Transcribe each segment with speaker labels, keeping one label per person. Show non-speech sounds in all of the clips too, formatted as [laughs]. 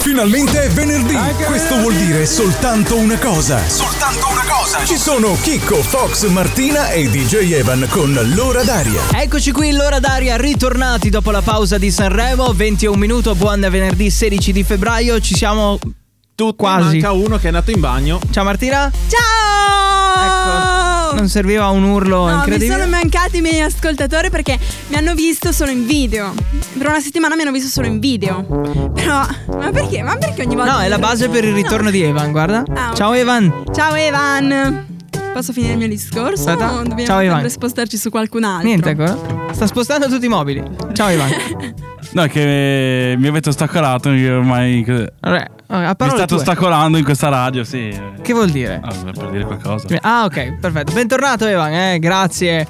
Speaker 1: Finalmente è venerdì. Questo vuol dire soltanto una cosa.
Speaker 2: Soltanto una cosa.
Speaker 1: Ci sono Chicco, Fox, Martina e DJ Evan con l'ora d'aria.
Speaker 3: Eccoci qui, l'ora d'aria, ritornati dopo la pausa di Sanremo, 21 minuto, buon venerdì 16 di febbraio, ci siamo
Speaker 4: Tutti,
Speaker 3: Quasi.
Speaker 4: Manca uno che è nato in bagno.
Speaker 3: Ciao Martina,
Speaker 5: Ciao!
Speaker 3: non serviva un urlo
Speaker 5: No, mi
Speaker 3: Ecco. incredibile.
Speaker 5: sono mancati i miei ascoltatori perché mi hanno visto solo in video. Per una settimana mi hanno visto solo in video. Però, ma perché? Ma perché ogni volta.
Speaker 3: No, è la base per il ritorno di Evan, guarda.
Speaker 5: Ah, ok.
Speaker 3: Ciao Evan.
Speaker 5: No. Ciao, Evan. Posso finire il mio discorso?
Speaker 3: Aspetta.
Speaker 5: O dobbiamo
Speaker 3: Ciao, Evan.
Speaker 5: sempre spostarci su qualcun altro?
Speaker 3: Niente ancora. Sta spostando tutti i mobili. Ciao
Speaker 5: [laughs]
Speaker 3: Evan.
Speaker 6: No, che mi avete ostacolato. Io ormai. Mi
Speaker 3: Vabbè, a parole
Speaker 6: state
Speaker 3: tue.
Speaker 6: ostacolando in questa radio, sì.
Speaker 3: Che vuol dire?
Speaker 6: Ah, per dire qualcosa.
Speaker 3: Ah, ok, perfetto. Bentornato Evan, eh, grazie.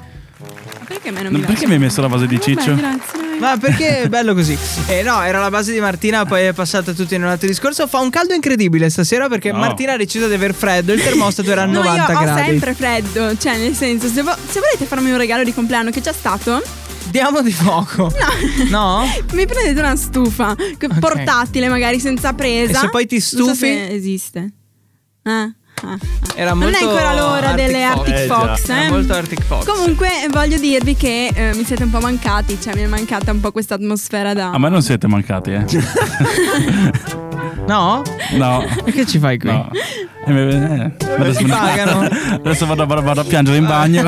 Speaker 5: Ma perché a me non
Speaker 6: No,
Speaker 5: mi
Speaker 6: Perché mi
Speaker 5: piace?
Speaker 6: cioè? hai messo la base di Ciccio?
Speaker 5: Vabbè, grazie. dai.
Speaker 3: Ma perché è bello così? Eh no, era la base di Martina, poi è passata tutto in un altro discorso. Fa un caldo incredibile stasera perché
Speaker 6: No.
Speaker 3: Martina ha deciso di aver freddo, il termostato
Speaker 5: [laughs]
Speaker 3: era a
Speaker 5: No,
Speaker 3: 90
Speaker 5: io ho
Speaker 3: gradi.
Speaker 5: sempre freddo. Cioè, nel senso, se, vo- se volete farmi un regalo di compleanno che c'è stato,
Speaker 3: Diamo di
Speaker 5: [laughs]
Speaker 3: fuoco. No.
Speaker 5: mi prendete una stufa che-
Speaker 3: Ok.
Speaker 5: portatile, magari senza presa.
Speaker 3: E se poi ti
Speaker 5: Non so
Speaker 3: stufi?
Speaker 5: se esiste. Ah, ah.
Speaker 3: Era
Speaker 5: Non
Speaker 3: molto
Speaker 5: è ancora l'ora delle Arctic
Speaker 4: Eh, già.
Speaker 5: Fox.
Speaker 3: Era
Speaker 5: eh.
Speaker 3: molto Arctic Fox.
Speaker 5: Comunque eh, voglio dirvi che eh, mi siete un po' mancati, cioè mi è mancata un po' questa atmosfera da...
Speaker 6: A me Ah, non siete mancati,
Speaker 3: [laughs]
Speaker 6: eh.
Speaker 3: No?
Speaker 6: No.
Speaker 3: E che ci fai qui?
Speaker 6: No. Eh, eh, adesso,
Speaker 3: Ti pagano.
Speaker 6: [laughs]
Speaker 3: Ah.
Speaker 6: adesso vado, vado- vado a piangere in bagno.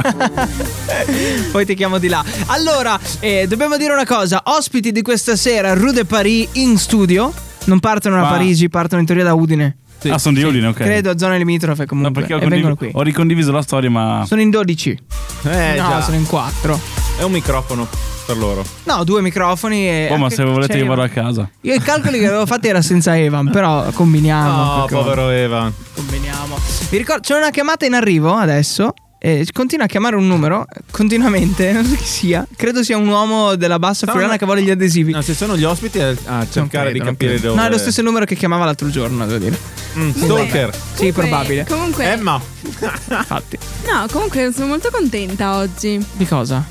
Speaker 3: Poi ti chiamo di là. Allora, eh, dobbiamo dire una cosa. Ospiti di questa sera, Rue de Paris in studio. Non partono da
Speaker 6: Ma-
Speaker 3: Parigi, partono in teoria da Udine.
Speaker 6: [laughs] ah, sono di Udine, ok.
Speaker 3: Credo, zone limitrofe
Speaker 6: No,
Speaker 3: comunque.
Speaker 6: perché ho,
Speaker 3: e vengono
Speaker 6: condiv-
Speaker 3: qui.
Speaker 6: ho ricondiviso la storia, ma.
Speaker 3: Sono in 12.
Speaker 4: Eh,
Speaker 3: no,
Speaker 4: già.
Speaker 3: sono in 4.
Speaker 4: È un microfono per loro.
Speaker 3: No, due microfoni e.
Speaker 6: Oh, ma
Speaker 3: anche
Speaker 6: se volete,
Speaker 3: c'è
Speaker 6: io
Speaker 3: Evan.
Speaker 6: vado a casa.
Speaker 3: Io i calcoli che avevo fatto era senza Evan,
Speaker 6: [laughs]
Speaker 3: però combiniamo.
Speaker 4: Oh, povero Eva.
Speaker 3: Combiniamo. Vi ricordo, c'è una chiamata in arrivo adesso. E continua a chiamare un numero eh, continuamente, [laughs] non so chi sia. Credo sia un uomo della bassa
Speaker 4: No,
Speaker 3: friulana
Speaker 4: no.
Speaker 3: che vuole gli adesivi.
Speaker 4: No, se sono gli ospiti eh, a, a
Speaker 3: Non
Speaker 4: cercare
Speaker 3: credo,
Speaker 4: di
Speaker 3: non
Speaker 4: capire
Speaker 3: credo.
Speaker 4: dove.
Speaker 3: No, è lo stesso numero che chiamava l'altro giorno, devo dire.
Speaker 4: Mm, Stalker.
Speaker 3: Sì, probabile.
Speaker 5: Comunque,
Speaker 4: Emma.
Speaker 3: Infatti.
Speaker 5: no, comunque sono molto contenta oggi. Non
Speaker 3: Di cosa?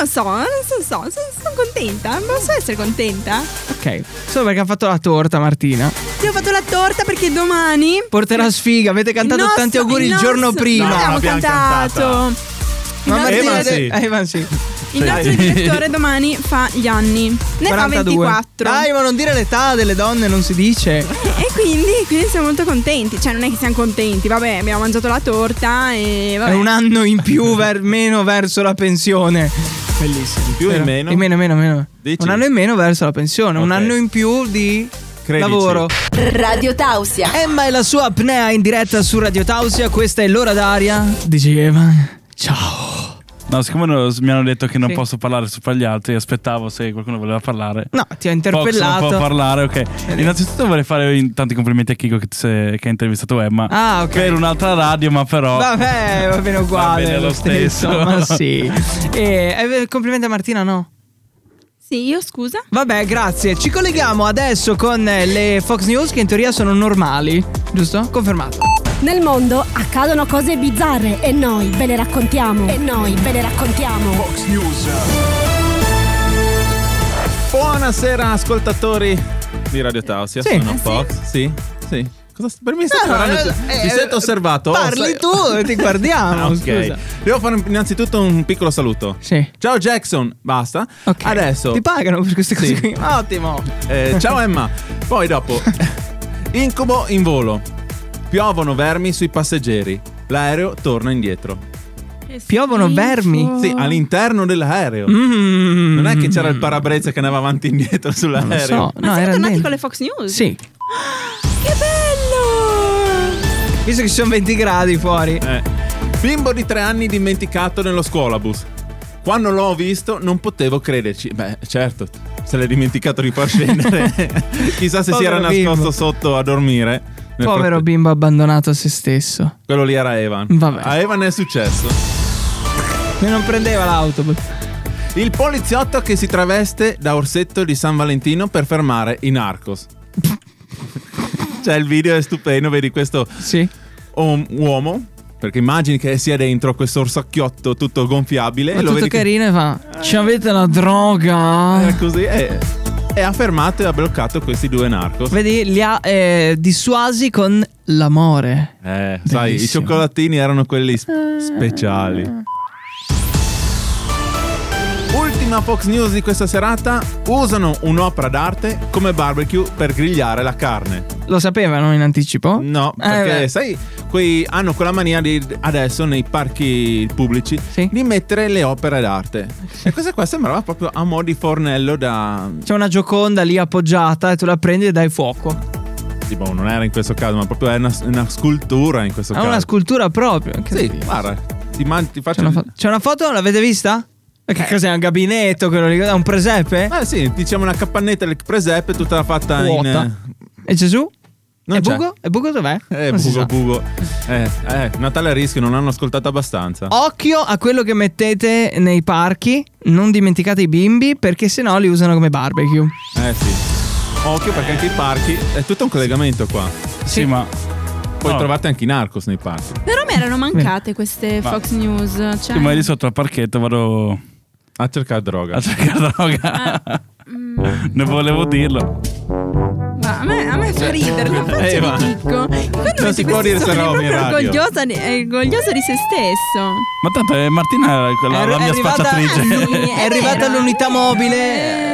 Speaker 5: lo so, non so, so- so- sono contenta, non so essere contenta.
Speaker 3: Ok. Solo perché ha fatto la torta, Martina.
Speaker 5: Ti ho fatto la torta perché domani...
Speaker 3: Porterà sfiga. Avete cantato
Speaker 5: nostro-
Speaker 3: tanti auguri il,
Speaker 5: nostro-
Speaker 3: giorno prima.
Speaker 5: No,
Speaker 4: No, l'abbiamo
Speaker 5: abbiamo cantato. Il
Speaker 3: Ma
Speaker 5: nostro,
Speaker 4: Evan
Speaker 3: Martina-
Speaker 4: sì.
Speaker 3: eh, Evan sì.
Speaker 5: il nostro
Speaker 4: Sì.
Speaker 5: direttore domani fa gli anni. Ne fa 24.
Speaker 3: Dai, ma non dire l'età delle donne non si dice.
Speaker 5: E quindi, quindi siamo molto contenti. Cioè, non è che siamo contenti, vabbè, abbiamo mangiato la torta e vabbè.
Speaker 3: È un anno in più, ver- meno verso la pensione. Bellissimo.
Speaker 4: In più e
Speaker 3: Vero?
Speaker 4: in meno?
Speaker 3: In meno, meno, meno.
Speaker 4: Dici?
Speaker 3: Un anno in meno verso la pensione, un
Speaker 4: Ok.
Speaker 3: anno in più di
Speaker 4: Credici.
Speaker 3: lavoro.
Speaker 7: Radio Tausia.
Speaker 3: Emma e la sua apnea in diretta su Radio Tausia, questa è l'ora d'aria. Diceva. Ciao.
Speaker 6: No, siccome no- mi hanno detto che non
Speaker 3: Sì.
Speaker 6: posso parlare sopra gli altri, aspettavo se qualcuno voleva parlare.
Speaker 3: No, ti ho
Speaker 6: Fox non può
Speaker 3: interpellato.
Speaker 6: parlare, ok. Innanzitutto vorrei fare in- tanti complimenti a Chico che, se- che ha intervistato Emma.
Speaker 3: Ah, ok.
Speaker 6: Per un'altra radio, ma però.
Speaker 3: Vabbè, va bene uguale.
Speaker 6: bene
Speaker 3: è
Speaker 6: lo stesso.
Speaker 3: Ma sì. E, eh, complimenti a Martina, no?
Speaker 5: Sì, io scusa.
Speaker 3: Vabbè, grazie. Ci colleghiamo adesso con eh, le Fox News che in teoria sono normali, giusto? Confermato.
Speaker 8: Nel mondo accadono cose bizzarre e noi ve le raccontiamo. E noi ve le raccontiamo.
Speaker 4: Buonasera, ascoltatori di Radio Tausia.
Speaker 3: Sì.
Speaker 4: Sono
Speaker 3: Eh, sì?
Speaker 4: Fox. Sì, sì. Cosa st- per me stai parlando? tu?
Speaker 3: eh,
Speaker 4: Mi sento osservato.
Speaker 3: Parli
Speaker 4: Oh, sai-
Speaker 3: tu e ti guardiamo.
Speaker 4: [laughs] Ah, ok.
Speaker 3: Scusa.
Speaker 4: Devo fare innanzitutto un piccolo saluto.
Speaker 3: Sì.
Speaker 4: Ciao Jackson, basta.
Speaker 3: Ok.
Speaker 4: Adesso.
Speaker 3: Ti pagano per queste cose
Speaker 4: Sì.
Speaker 3: qui. Ottimo.
Speaker 4: Eh, ciao Emma.
Speaker 3: [laughs]
Speaker 4: Poi dopo. Incubo in volo. Piovono vermi sui passeggeri. L'aereo torna indietro.
Speaker 5: Eh,
Speaker 3: Piovono vermi.
Speaker 4: Sì, all'interno dell'aereo.
Speaker 3: Oh. Mm.
Speaker 4: Non è che c'era il parabrezza che andava avanti e
Speaker 3: Non
Speaker 4: indietro
Speaker 3: lo
Speaker 4: sull'aereo.
Speaker 3: so.
Speaker 5: Ma
Speaker 3: no,
Speaker 5: siamo
Speaker 3: era
Speaker 5: tornati
Speaker 3: dentro.
Speaker 5: con le Fox News?
Speaker 3: Sì.
Speaker 5: Che bello!
Speaker 3: Visto che ci sono 20 gradi fuori.
Speaker 4: Eh. Bimbo di tre anni dimenticato nello scuolabus. Quando l'ho visto non potevo crederci. Beh, certo, se l'è dimenticato di far scendere.
Speaker 3: [laughs]
Speaker 4: Chissà se si
Speaker 3: Povero
Speaker 4: era
Speaker 3: bimbo.
Speaker 4: nascosto sotto a dormire. Nel
Speaker 3: Povero
Speaker 4: frattem-
Speaker 3: bimbo abbandonato a se stesso.
Speaker 4: Quello lì era Evan.
Speaker 3: Vabbè.
Speaker 4: A Evan è successo.
Speaker 3: E non prendeva l'autobus.
Speaker 4: Il poliziotto che si traveste da orsetto di San Valentino per fermare i narcos. cioè, il video è stupendo, vedi questo
Speaker 3: Sì.
Speaker 4: om- uomo. Perché immagini che sia dentro questo orsacchiotto tutto gonfiabile.
Speaker 3: Ma
Speaker 4: e lo
Speaker 3: tutto
Speaker 4: vedi che-
Speaker 3: carino e fa. Ci avete la droga?
Speaker 4: Era così. eh. E, e ha fermato e ha bloccato questi due narcos.
Speaker 3: Vedi, li ha eh, dissuasi con l'amore.
Speaker 4: Eh, sai, i
Speaker 3: Bellissimo. Ah.
Speaker 4: cioccolatini erano quelli sp- speciali. Ultima Fox News di questa serata: usano un'opera d'arte come barbecue per grigliare la carne.
Speaker 3: Lo sapevano in anticipo?
Speaker 4: No,
Speaker 3: Eh,
Speaker 4: perché
Speaker 3: beh.
Speaker 4: sai, quei hanno quella mania di, adesso nei parchi pubblici
Speaker 3: Sì.
Speaker 4: di mettere le opere d'arte. E questa qua sembrava proprio a mo' di fornello da.
Speaker 3: C'è una gioconda lì appoggiata e tu la prendi e dai fuoco.
Speaker 4: Tipo, boh, non era in questo caso, ma proprio è una, una scultura in questo
Speaker 3: Ha
Speaker 4: caso.
Speaker 3: Ah, una scultura proprio. Che
Speaker 4: Sì,
Speaker 3: bello.
Speaker 4: guarda, ti, man- ti
Speaker 3: C'è
Speaker 4: faccio
Speaker 3: una, fo- c'è una foto, l'avete vista? Ma
Speaker 4: Eh.
Speaker 3: Che cos'è? Un gabinetto? Quello lì? È un presepe?
Speaker 4: Ah sì, diciamo una cappannetta del presepe tutta fatta in... eh,
Speaker 3: Vuota. E Gesù?
Speaker 4: Non
Speaker 3: e
Speaker 4: c'è.
Speaker 3: Bugo? E Bugo dov'è?
Speaker 4: Eh,
Speaker 3: Non si
Speaker 4: bugo,
Speaker 3: sa.
Speaker 4: bugo. Eh, eh, Natale a rischio, non hanno ascoltato abbastanza.
Speaker 3: Occhio a quello che mettete nei parchi. Non dimenticate i bimbi perché sennò li usano come barbecue.
Speaker 4: Eh sì. Occhio perché anche i parchi, è tutto un collegamento qua.
Speaker 6: Sì, ma
Speaker 4: Poi
Speaker 6: No.
Speaker 4: trovate anche i narcos nei parchi.
Speaker 5: Però mi erano mancate queste Fox News. Cioè...
Speaker 6: Sì, ma io di sotto al parchetto vado
Speaker 4: A cercare droga.
Speaker 6: a cercare droga. ne volevo dirlo.
Speaker 5: Ma a me, a me fa ridere la faccia
Speaker 4: Eh, ma-
Speaker 5: di Chicco. Quando
Speaker 4: Non si può dire se eravamo in
Speaker 5: proprio
Speaker 4: radio.
Speaker 5: orgogliosa di, è orgogliosa di se stesso.
Speaker 6: Ma tanto eh, Martina è quella, la mia
Speaker 5: Ah,
Speaker 6: spacciatrice.
Speaker 5: sì.
Speaker 3: è arrivata
Speaker 5: vero.
Speaker 3: l'unità mobile.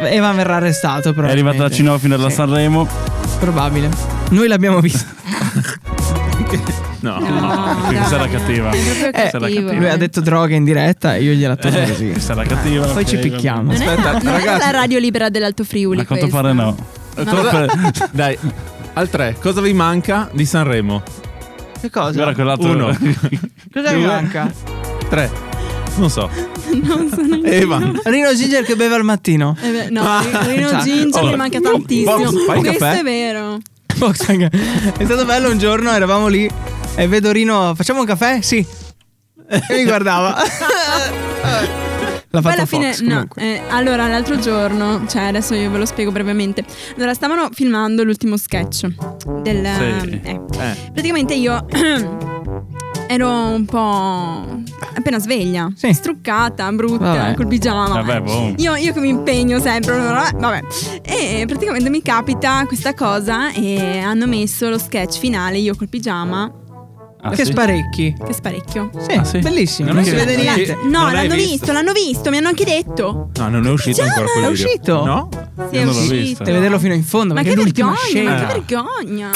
Speaker 3: eh, Eva verrà arrestato, però.
Speaker 6: È arrivata da Cinofino alla
Speaker 3: Sì.
Speaker 6: Sanremo.
Speaker 3: Probabile. Noi l'abbiamo vista.
Speaker 4: No.
Speaker 2: [laughs]
Speaker 5: No,
Speaker 6: Questa era
Speaker 5: dai.
Speaker 6: cattiva.
Speaker 5: È proprio
Speaker 4: Eh,
Speaker 6: Questa era
Speaker 5: cattivo.
Speaker 3: Lui ha detto droga in diretta e io gliela tolgo
Speaker 6: [laughs]
Speaker 3: così.
Speaker 6: Questa era cattiva.
Speaker 3: Poi ci picchiamo.
Speaker 5: Non,
Speaker 4: Aspetta,
Speaker 5: è, non era
Speaker 4: ragazzi.
Speaker 5: la radio libera dell'Alto Friuli.
Speaker 6: A quanto
Speaker 5: questa.
Speaker 6: pare no.
Speaker 4: Cosa- [laughs] Dai, al 3, cosa vi manca di Sanremo?
Speaker 3: Che cosa?
Speaker 6: Guarda quell'altro.
Speaker 4: Uno. [laughs]
Speaker 3: Cosa mi
Speaker 4: Due.
Speaker 6: [laughs]
Speaker 3: manca?
Speaker 4: 3. Non so.
Speaker 5: Non sono io.
Speaker 4: Eva.
Speaker 3: Rino Ginger che beve
Speaker 6: [laughs]
Speaker 3: al mattino.
Speaker 5: Eh beh, no,
Speaker 3: Esatto.
Speaker 5: Rino Ginger
Speaker 4: Ah, cioè, Allora,
Speaker 5: mi manca tantissimo.
Speaker 4: Fox, fai il
Speaker 5: Questo
Speaker 4: caffè?
Speaker 5: è vero.
Speaker 3: Boxing. È stato bello un giorno, eravamo lì e vedo Rino, facciamo un caffè? Sì. E mi
Speaker 5: [laughs]
Speaker 3: guardava. L'ha
Speaker 5: Poi
Speaker 3: fatto
Speaker 5: alla fine,
Speaker 3: Fox,
Speaker 5: no.
Speaker 3: comunque.
Speaker 5: eh, allora, l'altro giorno, cioè adesso io ve lo spiego brevemente. Allora, stavano filmando l'ultimo sketch del.
Speaker 6: Sì.
Speaker 5: eh.
Speaker 4: Eh.
Speaker 5: Praticamente io [clears throat] ero un po' appena sveglia,
Speaker 3: Sì.
Speaker 5: struccata, brutta,
Speaker 3: Vabbè.
Speaker 5: col pigiama.
Speaker 6: Vabbè, boh.
Speaker 5: Io, io che mi impegno sempre, vabbè. E praticamente mi capita questa cosa e hanno messo lo sketch finale, io col pigiama,
Speaker 6: Ah,
Speaker 3: che
Speaker 6: sì?
Speaker 3: sparecchi.
Speaker 5: che sparecchio.
Speaker 3: Sì,
Speaker 6: Ah, sì?
Speaker 3: bellissimo.
Speaker 6: Non
Speaker 3: Non
Speaker 6: è
Speaker 3: si
Speaker 6: che-
Speaker 3: vede
Speaker 4: non è che-
Speaker 3: niente.
Speaker 5: No,
Speaker 4: Non l'hai
Speaker 5: l'hanno visto?
Speaker 4: visto?
Speaker 5: l'hanno visto, mi hanno anche detto.
Speaker 4: No, non è uscito
Speaker 5: Già,
Speaker 4: ancora quel
Speaker 3: è
Speaker 4: video.
Speaker 3: uscito?
Speaker 4: No?
Speaker 5: Sì, è
Speaker 6: Io non l'ho
Speaker 5: uscito.
Speaker 6: visto.
Speaker 3: Devi vederlo fino in fondo
Speaker 5: Ma
Speaker 3: perché
Speaker 5: che
Speaker 3: è l'ultima
Speaker 5: vergogna, ma
Speaker 3: scena.
Speaker 5: che vergogna.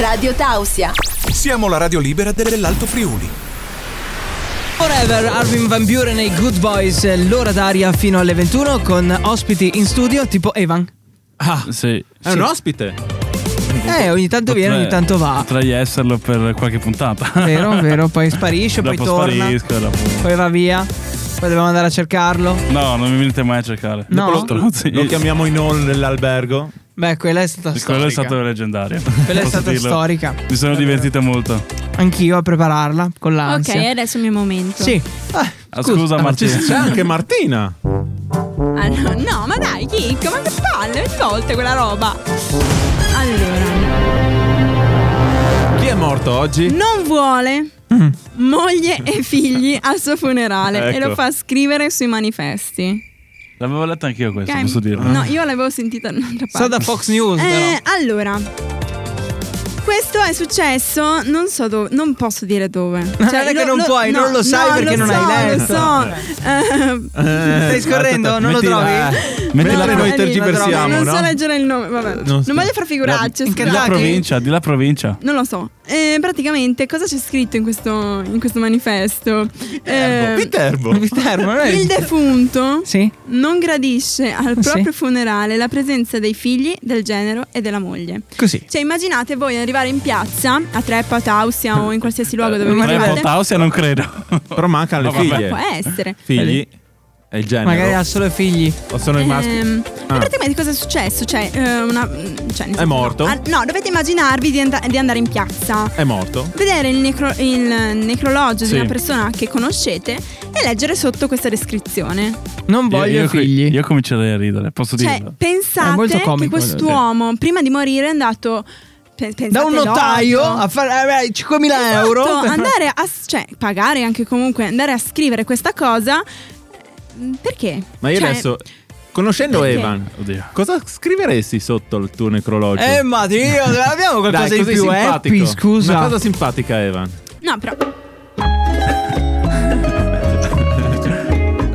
Speaker 7: Radio Tausia.
Speaker 1: Siamo la radio libera dell'Alto Friuli.
Speaker 3: Forever Arvin Van Buren nei Good Boys, l'ora d'aria fino alle 21 con ospiti in studio tipo Evan.
Speaker 4: Ah,
Speaker 6: Sì.
Speaker 4: è un ospite.
Speaker 3: Eh, ogni tanto viene, ogni
Speaker 6: [laughs]
Speaker 3: tanto va.
Speaker 6: Potrei esserlo per qualche puntata.
Speaker 3: Vero,
Speaker 6: [laughs]
Speaker 3: vero, poi sparisce, poi
Speaker 6: dopo
Speaker 3: torna,
Speaker 6: sparisco, dopo-
Speaker 3: poi va via. Poi dobbiamo andare a cercarlo.
Speaker 6: No, non mi venite mai a cercare.
Speaker 3: No.
Speaker 6: Dopo lo strozzi.
Speaker 4: Lo
Speaker 6: [laughs]
Speaker 4: chiamiamo in hall nell'albergo.
Speaker 3: Beh, quella è stata
Speaker 6: Quello
Speaker 3: storica.
Speaker 6: è stato leggendario.
Speaker 3: Quella è
Speaker 6: Posso
Speaker 3: stata
Speaker 6: dirlo.
Speaker 3: storica.
Speaker 6: Mi sono divertito molto.
Speaker 3: Anch'io a prepararla con l'ansia.
Speaker 5: Ok, adesso è il mio momento.
Speaker 3: Sì. Ah,
Speaker 6: Ah, scusa,
Speaker 3: ma
Speaker 6: Martina.
Speaker 3: ci-
Speaker 4: C'è anche Martina.
Speaker 5: Ah, no, no, ma dai, Chicco, ma che palle, ogni volta quella roba. Allora,
Speaker 4: Chi è morto oggi?
Speaker 5: non vuole
Speaker 3: Mm.
Speaker 5: moglie e figli al suo funerale e
Speaker 4: Ecco.
Speaker 5: lo fa scrivere sui manifesti.
Speaker 6: L'avevo letto anch'io questo,
Speaker 5: Ok?
Speaker 6: posso dirlo.
Speaker 5: No, io l'avevo sentita in un'altra
Speaker 3: Sta da
Speaker 5: parte.
Speaker 3: Fox News,
Speaker 5: Eh, allora, questo è successo, non so dove, non posso dire dove. Cioè,
Speaker 3: Ma non è che non puoi, non lo sai
Speaker 5: no,
Speaker 3: perché
Speaker 5: lo
Speaker 3: non hai
Speaker 5: so, Lo so. Eh,
Speaker 3: Stai
Speaker 6: certo,
Speaker 3: scorrendo? Non lo trovi?
Speaker 6: Metti la
Speaker 4: mentre noi
Speaker 5: eh,
Speaker 4: tergiversiamo,
Speaker 5: non
Speaker 4: no?
Speaker 5: so leggere il nome, vabbè. Non,
Speaker 4: Non so.
Speaker 5: voglio far figuracce.
Speaker 3: in
Speaker 5: scusa.
Speaker 3: che
Speaker 6: Di la
Speaker 3: Dai.
Speaker 6: provincia, di la provincia.
Speaker 5: Non lo so. Eh, praticamente, cosa c'è scritto in questo, in questo manifesto? Eh,
Speaker 4: Oh, Viterbo.
Speaker 3: però. Viterbo, non è-
Speaker 5: il defunto
Speaker 3: Sì.
Speaker 6: Eh,
Speaker 5: non gradisce al
Speaker 3: Sì.
Speaker 5: proprio funerale la presenza dei figli, del genero e della moglie.
Speaker 3: Eh, Così.
Speaker 5: Cioè, immaginate voi arrivare in piazza a Treppa, Tausia o in qualsiasi luogo dove vi
Speaker 6: Ma è
Speaker 5: trovate.
Speaker 6: Tausia non credo.
Speaker 4: Però mancano le
Speaker 5: Oh,
Speaker 6: No, vabbè.
Speaker 4: figlie.
Speaker 5: Può essere.
Speaker 4: Figli. È il genere.
Speaker 3: Eh? Magari ha solo figli.
Speaker 4: O sono i maschi.
Speaker 5: Ehm,
Speaker 4: Ah.
Speaker 5: E praticamente cosa è successo? Cioè, eh, una- cioè, nel senso-
Speaker 3: Esatto.
Speaker 4: morto?
Speaker 5: Ah, No, dovete immaginarvi di, and- di andare in piazza,
Speaker 4: È morto.
Speaker 5: vedere il, necro- il necrologio
Speaker 6: Sì.
Speaker 5: di una persona che conoscete e leggere sotto questa descrizione.
Speaker 3: Non voglio
Speaker 6: io, io-
Speaker 3: figli.
Speaker 6: Io comincerei a ridere, posso
Speaker 5: Cioè,
Speaker 6: dirlo.
Speaker 3: È molto
Speaker 5: pensate che
Speaker 3: comico, eh,
Speaker 5: quest'uomo, prima di morire, è andato. pe- pensate
Speaker 3: da un
Speaker 5: l'odio.
Speaker 3: notaio a fare eh, beh, 5.000
Speaker 5: Esatto,
Speaker 3: euro. [laughs]
Speaker 5: andare a s- cioè, pagare anche comunque, andare a scrivere questa cosa. eh, Perché?
Speaker 4: Ma io
Speaker 5: Cioè,
Speaker 4: adesso Conoscendo
Speaker 5: Perché?
Speaker 4: Evan,
Speaker 2: Oddio.
Speaker 4: cosa scriveresti sotto il tuo necrologio?
Speaker 3: Eh, ma Dio, abbiamo qualcosa
Speaker 4: Dai,
Speaker 3: di
Speaker 4: così
Speaker 3: più
Speaker 4: simpatico.
Speaker 3: happy, scusa.
Speaker 4: Una cosa simpatica, Evan.
Speaker 5: No, però.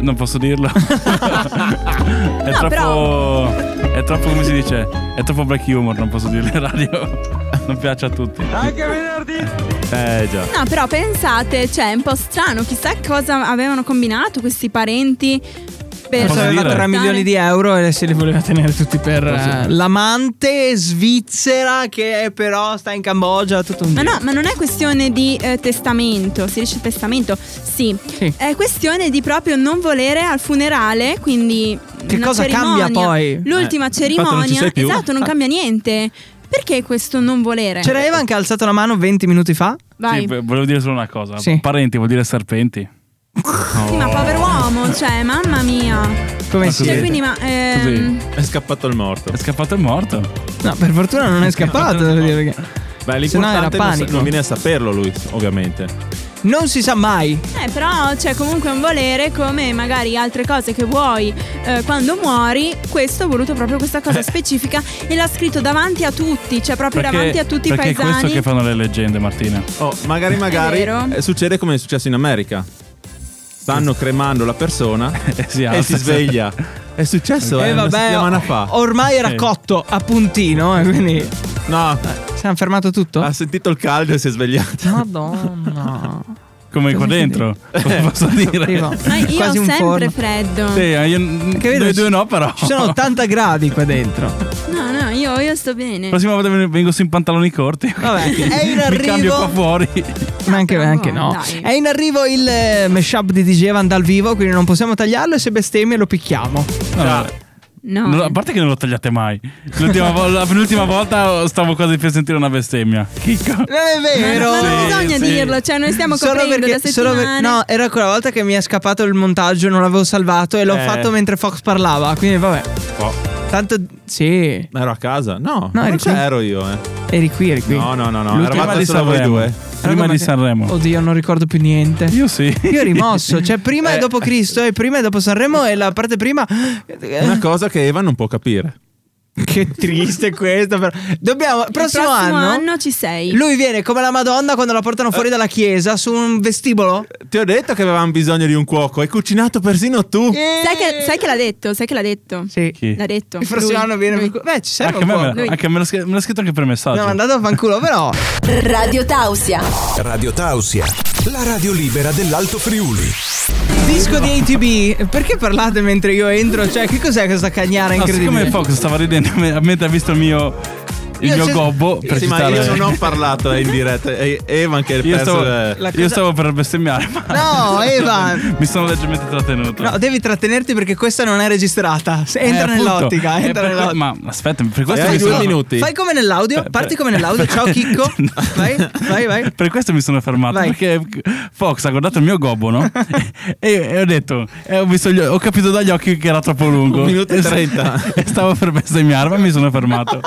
Speaker 2: Non
Speaker 3: [laughs]
Speaker 2: posso dirlo. è
Speaker 5: No,
Speaker 2: troppo.
Speaker 5: però-
Speaker 2: È troppo, come si dice? È troppo black humor, non posso dirlo in [laughs] radio. Non piace a tutti.
Speaker 4: Eh già.
Speaker 5: No, però pensate, cioè è un po' strano, chissà cosa avevano combinato questi parenti per
Speaker 2: Posso
Speaker 3: aveva
Speaker 2: dire?
Speaker 3: 3 milioni di euro e se li voleva tenere tutti per eh, l'amante svizzera che però sta in Cambogia tutto un
Speaker 5: Ma
Speaker 3: giro.
Speaker 5: no, ma non è questione di eh, testamento, si dice il testamento? Sì.
Speaker 3: Sì.
Speaker 5: È questione di proprio non volere al funerale, quindi
Speaker 3: Che
Speaker 5: una
Speaker 3: cosa
Speaker 5: cerimonia.
Speaker 3: cambia poi?
Speaker 4: Eh,
Speaker 5: L'ultima
Speaker 4: infatti non ci
Speaker 5: cerimonia,
Speaker 4: sei più. Ah.
Speaker 5: esatto, non cambia niente. Perché questo non volere?
Speaker 3: C'era Evan che ha alzato la mano 20 minuti fa.
Speaker 5: Vai.
Speaker 2: Sì, v- volevo dire solo una cosa.
Speaker 3: Sì.
Speaker 2: Parenti vuol dire serpenti.
Speaker 5: Sì, ma povero uomo, cioè, mamma mia.
Speaker 3: Come
Speaker 2: Ma
Speaker 3: si
Speaker 2: cos'è?
Speaker 5: Cioè,
Speaker 3: vede?
Speaker 5: quindi, ma ehm,
Speaker 4: È scappato il morto.
Speaker 2: È scappato e morto.
Speaker 3: No, per fortuna non è scappato. devo dire, perché-
Speaker 4: Beh,
Speaker 3: Se no era
Speaker 4: l'importante non, sa-
Speaker 3: panico.
Speaker 4: non viene a saperlo lui, ovviamente.
Speaker 3: Non si sa mai.
Speaker 5: eh, però c'è comunque un volere come magari altre cose che vuoi eh, quando muori. Questo ho voluto proprio questa cosa specifica e l'ha scritto davanti a tutti, cioè proprio davanti a tutti i
Speaker 2: Eh. perché
Speaker 5: paesani.
Speaker 2: è questo che fanno le leggende, Martina.
Speaker 4: Oh, magari magari
Speaker 5: vero.
Speaker 4: eh, succede come è successo in America. Stanno cremando la [laughs] persona
Speaker 2: Eh, si
Speaker 4: e
Speaker 2: alza.
Speaker 4: si sveglia. ah, È successo eh,
Speaker 3: Eh,
Speaker 4: una settimana
Speaker 3: o-
Speaker 4: fa.
Speaker 3: Ormai era
Speaker 2: Sì.
Speaker 3: cotto a puntino, eh, quindi
Speaker 4: No,
Speaker 3: si è fermato tutto.
Speaker 4: ha sentito il caldo e si è svegliato.
Speaker 3: Madonna.
Speaker 2: Come qua dentro,
Speaker 3: Eh,
Speaker 2: come
Speaker 3: [laughs]
Speaker 2: posso dire.
Speaker 3: Tipo,
Speaker 5: Ma io ho
Speaker 3: quasi un
Speaker 5: sempre
Speaker 3: forno.
Speaker 5: freddo.
Speaker 2: Sì, ma io
Speaker 3: Che vedo-
Speaker 2: noi due no, però.
Speaker 3: [laughs] Ci sono 80 gradi qua dentro.
Speaker 5: No, no, io, io sto bene.
Speaker 2: La prossima volta ven- vengo su in pantaloni corti.
Speaker 3: Vabbè, è in
Speaker 2: [laughs] Mi cambio qua
Speaker 3: arrivo.
Speaker 2: fuori.
Speaker 3: Ma anche,
Speaker 5: però
Speaker 3: anche
Speaker 5: no,
Speaker 3: no.
Speaker 5: dai.
Speaker 3: È in arrivo il eh, mashup di DJ Van dal vivo, quindi non possiamo tagliarlo. E se bestemmia lo picchiamo.
Speaker 2: No,
Speaker 4: Ah,
Speaker 5: No.
Speaker 2: no, a parte che non lo tagliate mai. L'ultima vo- la penultima volta stavo quasi per sentire una bestemmia. Chicco.
Speaker 3: Non è vero.
Speaker 5: Ma non
Speaker 2: Sì,
Speaker 5: bisogna
Speaker 2: sì.
Speaker 5: dirlo, cioè noi stiamo coprendo da
Speaker 3: solo per-
Speaker 5: settimane.
Speaker 3: no, era quella volta che mi è scappato il montaggio, non l'avevo salvato e l'ho
Speaker 4: Eh.
Speaker 3: fatto mentre Fox parlava. Quindi, vabbè,
Speaker 4: Oh,
Speaker 3: tanto sì,
Speaker 4: ero a casa?
Speaker 3: No,
Speaker 4: No, non
Speaker 3: eri qui.
Speaker 4: c'ero io, eh.
Speaker 3: eri qui, eri qui.
Speaker 4: No, no, no, no.
Speaker 2: L'ultima
Speaker 4: Eravate
Speaker 2: di
Speaker 4: solo voi
Speaker 2: Sanremo.
Speaker 4: due. Oh,
Speaker 3: Era
Speaker 2: Prima
Speaker 3: come
Speaker 2: di
Speaker 3: che-
Speaker 2: Sanremo.
Speaker 3: Oddio, non ricordo più niente.
Speaker 2: Io sì.
Speaker 3: Io ero
Speaker 2: [laughs]
Speaker 3: rimosso, cioè prima e
Speaker 4: Eh.
Speaker 3: dopo Cristo, e prima e dopo Sanremo, e la parte prima.
Speaker 4: Una cosa che Evan non può capire.
Speaker 3: Che triste questo. Però. Dobbiamo.
Speaker 5: Il
Speaker 3: Prossimo,
Speaker 5: anno, ci sei.
Speaker 3: Lui viene come la Madonna quando la portano fuori dalla chiesa su un vestibolo.
Speaker 4: Ti ho detto che avevamo bisogno di un cuoco. Hai cucinato persino tu.
Speaker 5: Sai che, sai che l'ha detto, sai che l'ha detto.
Speaker 3: Sì.
Speaker 2: Chi?
Speaker 5: L'ha detto.
Speaker 3: Il prossimo
Speaker 5: Lui.
Speaker 3: anno viene.
Speaker 5: [laughs] Lui.
Speaker 3: Beh, ci serve
Speaker 2: Anche, Ah, a
Speaker 3: un
Speaker 2: me,
Speaker 3: po'.
Speaker 2: me,
Speaker 5: Lui.
Speaker 2: l'ha- anche me l'ha scr- me l'ha scritto anche per messaggio.
Speaker 3: No, è andato a fanculo, però.
Speaker 9: Radio Tausia.
Speaker 1: Radio Tausia, la radio libera dell'Alto Friuli.
Speaker 3: Disco di ATB. Perché parlate mentre io entro? Cioè, che cos'è questa cagnara
Speaker 2: No,
Speaker 3: incredibile?
Speaker 2: siccome Fox stava ridendo me- mentre ha visto il mio, il
Speaker 3: Io
Speaker 2: mio
Speaker 3: c'è-
Speaker 2: gobbo. Per
Speaker 4: Sì, ma io
Speaker 2: citare-
Speaker 4: non ho parlato eh, in diretta. E- Evan che è
Speaker 2: Io
Speaker 4: perso.
Speaker 2: stavo,
Speaker 4: le-
Speaker 3: la
Speaker 2: io
Speaker 3: cosa-
Speaker 2: stavo per bestemmiare, ma
Speaker 3: No, Evan.
Speaker 2: [laughs] mi sono leggermente trattenuto.
Speaker 3: No, devi trattenerti perché questa non è registrata. Se-
Speaker 2: Eh,
Speaker 3: Entra
Speaker 2: appunto.
Speaker 3: nell'ottica.
Speaker 2: Eh,
Speaker 3: Entra
Speaker 2: per que-
Speaker 3: nell'ottica.
Speaker 2: Ma aspetta, per questo
Speaker 4: Eh, Hai
Speaker 2: mi
Speaker 4: due
Speaker 2: sono...
Speaker 4: minuti.
Speaker 3: Fai come nell'audio. Parti come nell'audio. Ciao,
Speaker 2: [laughs]
Speaker 3: Chicco. Vai, vai, vai.
Speaker 2: Eh, Per questo mi sono fermato.
Speaker 3: Vai.
Speaker 2: Perché Fox ha guardato il mio
Speaker 3: [laughs]
Speaker 2: gobbo, no? e, e ho detto, e ho, visto gli- ho capito dagli occhi che era troppo lungo.
Speaker 4: Un minuto e
Speaker 2: [laughs] E s-
Speaker 4: 30.
Speaker 2: e stavo per bestemmiare, ma mi sono fermato.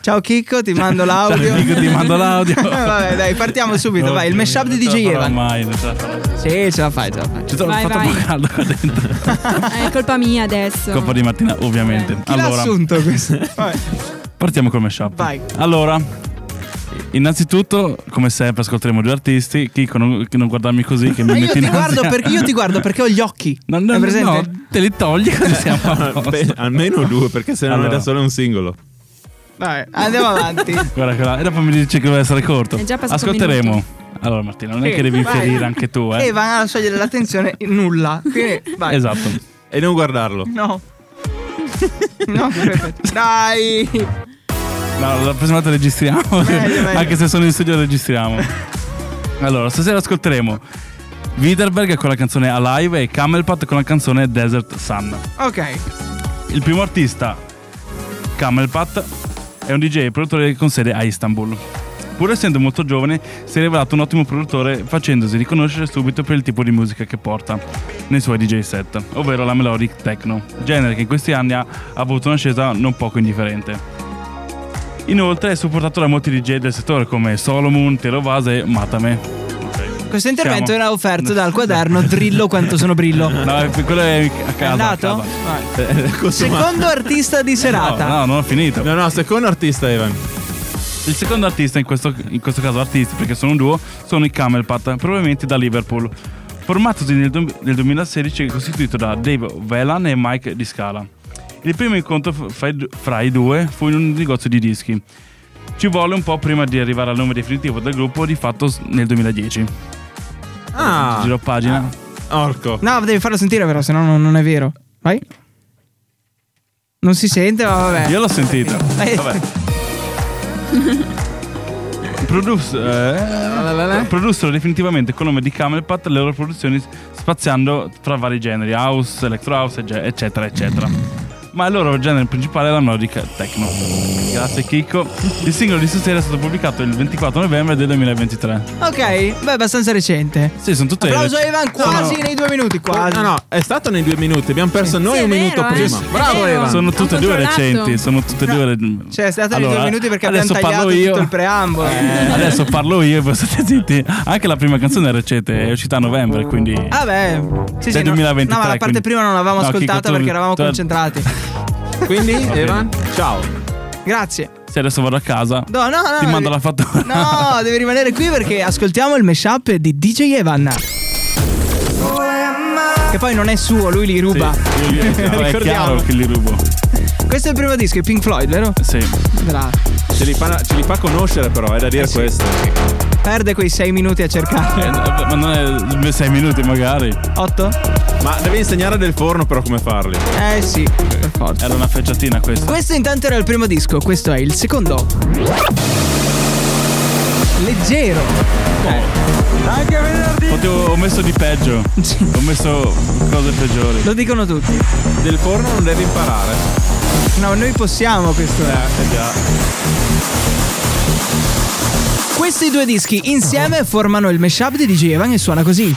Speaker 3: Ciao, Chicco. Ti mando
Speaker 2: Ciao,
Speaker 3: l'audio.
Speaker 2: Nico, ti
Speaker 3: [laughs]
Speaker 2: mando l'audio.
Speaker 3: Eh, vabbè, dai, partiamo subito.
Speaker 2: Oddio,
Speaker 3: vai, il mashup di
Speaker 2: non ce
Speaker 3: DJ
Speaker 2: la farò
Speaker 3: Evan.
Speaker 2: Mai, non ce la farò.
Speaker 3: Sì, ce la fai, ce la fai.
Speaker 2: Ci sono
Speaker 5: Vai,
Speaker 2: fatto
Speaker 5: vai.
Speaker 2: un po' caldo
Speaker 5: [laughs]
Speaker 2: qua dentro.
Speaker 5: Ah, È colpa mia adesso.
Speaker 2: Coppa di mattina, ovviamente.
Speaker 3: Chi l'ha
Speaker 2: allora,
Speaker 3: assunto
Speaker 2: [laughs]
Speaker 3: questo? Vabbè.
Speaker 2: partiamo col mashup.
Speaker 3: Vai.
Speaker 2: Allora, innanzitutto, come sempre, ascolteremo due artisti. Chico, non, non guardarmi così che
Speaker 3: [laughs]
Speaker 2: mi
Speaker 3: Ma io
Speaker 2: metti
Speaker 3: ti,
Speaker 2: in
Speaker 3: guardo
Speaker 2: ansia.
Speaker 3: perché, io ti guardo perché ho gli occhi.
Speaker 2: No,
Speaker 3: Hai
Speaker 2: no,
Speaker 3: presente?
Speaker 2: no, te li togli così siamo a
Speaker 3: [laughs]
Speaker 2: posto.
Speaker 4: Beh, [laughs] almeno due, perché se no non è
Speaker 2: Allora.
Speaker 4: da solo un singolo.
Speaker 3: Vabbè, andiamo avanti.
Speaker 2: Guarda quella. E dopo mi dice che deve essere corto.
Speaker 5: È già passato un
Speaker 2: Ascolteremo. Allora, Martina, non è
Speaker 3: Sì,
Speaker 2: che devi
Speaker 3: vai.
Speaker 2: infierire anche tu,
Speaker 3: [laughs]
Speaker 2: eh.
Speaker 3: E vanno a sciogliere l'attenzione in nulla. Quindi, vai.
Speaker 2: Esatto.
Speaker 4: E non guardarlo.
Speaker 3: No. [laughs] No, perfetto. dai.
Speaker 2: No, la prossima volta registriamo.
Speaker 3: Meglio, meglio.
Speaker 2: [laughs] anche se sono in studio,
Speaker 3: [laughs]
Speaker 2: registriamo. Allora, stasera ascolteremo Widerberg con la canzone Alive e Camelpat con la canzone Desert Sun.
Speaker 3: Ok.
Speaker 2: Il primo artista, Camelpat, è un DJ e produttore con sede a Istanbul. Pur essendo molto giovane, si è rivelato un ottimo produttore facendosi riconoscere subito per il tipo di musica che porta nei suoi DJ set, ovvero la melodic techno, genere che in questi anni ha avuto un'ascesa non poco indifferente. Inoltre è supportato da molti DJ del settore come Solomon, Terovase e Matame. Ok.
Speaker 3: Questo intervento
Speaker 6: Siamo.
Speaker 3: era offerto dal quaderno
Speaker 2: Esatto.
Speaker 3: Drillo quanto sono brillo.
Speaker 6: No,
Speaker 2: eh,
Speaker 6: quello è a
Speaker 3: È
Speaker 6: casa. a
Speaker 3: andato?
Speaker 6: casa.
Speaker 3: Vai.
Speaker 6: [laughs]
Speaker 4: Secondo...
Speaker 3: Secondo artista di
Speaker 6: No,
Speaker 3: serata.
Speaker 6: no, non ho finito.
Speaker 4: No, no, secondo artista, Evan.
Speaker 6: Il secondo artista, in questo, in questo caso artisti, perché sono un duo, sono i Camelpat, probabilmente da Liverpool. Formatosi nel, du- nel 2016 e costituito da Dave Velan e Mike Di Scala. Il primo incontro f- fra i, du- fra i due fu in un negozio di dischi. Ci volle un po' prima di arrivare al nome definitivo del gruppo, di fatto s- nel 2010.
Speaker 4: Ah,
Speaker 6: Giro pagina.
Speaker 4: orco.
Speaker 3: No, devi farlo sentire però, se no non, non è vero. Vai. Non si sente, ma vabbè.
Speaker 6: Io l'ho
Speaker 3: [laughs]
Speaker 6: sentito.
Speaker 3: Eh.
Speaker 6: Vabbè. Produce, eh, produssero definitivamente col nome di Camelpat le loro produzioni spaziando tra vari generi, house, electro house, ecce- eccetera, eccetera. Ma il loro genere principale è la Nordic Techno. Grazie Chicco. Il singolo di stasera è stato pubblicato il 24 novembre del 2023.
Speaker 3: Ok, beh, abbastanza recente.
Speaker 6: Sì, sono tutte
Speaker 3: Applauso a
Speaker 6: le-
Speaker 3: Ivan quasi nei due minuti, quasi.
Speaker 4: No, no, è stato nei due minuti. Abbiamo perso noi
Speaker 5: Sì, è
Speaker 4: un
Speaker 5: vero,
Speaker 4: minuto
Speaker 5: eh.
Speaker 4: prima.
Speaker 5: Sì, è
Speaker 4: Bravo,
Speaker 5: vero.
Speaker 4: Evan.
Speaker 6: Sono tutte e due
Speaker 5: controllato.
Speaker 6: recenti, sono tutte e due le-
Speaker 3: Cioè, è stato nei due
Speaker 6: Allora,
Speaker 3: minuti perché abbiamo
Speaker 6: adesso
Speaker 3: tagliato
Speaker 6: parlo io.
Speaker 3: tutto il preambolo.
Speaker 6: Eh, adesso parlo io e voi state zitti. Anche la prima canzone è recente, è uscita a novembre, quindi.
Speaker 3: Ah beh, sì,
Speaker 6: Del
Speaker 3: sì, no-
Speaker 6: 2023,
Speaker 3: No, ma la parte
Speaker 6: quindi-
Speaker 3: prima non l'avevamo
Speaker 6: No,
Speaker 3: ascoltata
Speaker 6: Chicco, tu-
Speaker 3: perché eravamo
Speaker 6: tu-
Speaker 3: concentrati.
Speaker 4: Quindi,
Speaker 6: bene.
Speaker 4: Evan, ciao.
Speaker 3: Grazie.
Speaker 6: Se adesso vado a casa,
Speaker 3: No, no, no. eh,
Speaker 6: ti mando la fattura.
Speaker 3: No, devi rimanere qui perché ascoltiamo il mashup di DJ Evan. Che poi non è suo, lui li
Speaker 6: [laughs] Sì,
Speaker 3: ruba.
Speaker 6: io- io- no, è
Speaker 3: Ricordiamo.
Speaker 6: chiaro che li rubo.
Speaker 3: Questo è il primo disco, è Pink Floyd, vero?
Speaker 6: Sì. Eh,
Speaker 3: Bravo.
Speaker 4: Ce li, fa, ce li fa conoscere, però, è da dire questo.
Speaker 3: Perde quei sei minuti a cercare.
Speaker 6: Eh,
Speaker 2: [laughs]
Speaker 6: ma non è 6 minuti magari.
Speaker 3: Otto?
Speaker 4: Ma devi insegnare del forno, però, come farli.
Speaker 3: Eh sì, per forza.
Speaker 6: Era una frecciatina questa.
Speaker 3: Questo intanto era il primo disco, questo è il secondo. Leggero.
Speaker 6: Potevo, ho messo di peggio. Ho messo cose peggiori.
Speaker 3: Lo dicono tutti.
Speaker 4: Del forno non devi imparare.
Speaker 3: No, noi possiamo questo.
Speaker 4: Eh, già.
Speaker 3: Questi due dischi insieme formano il mashup di DJ Evan e suona così.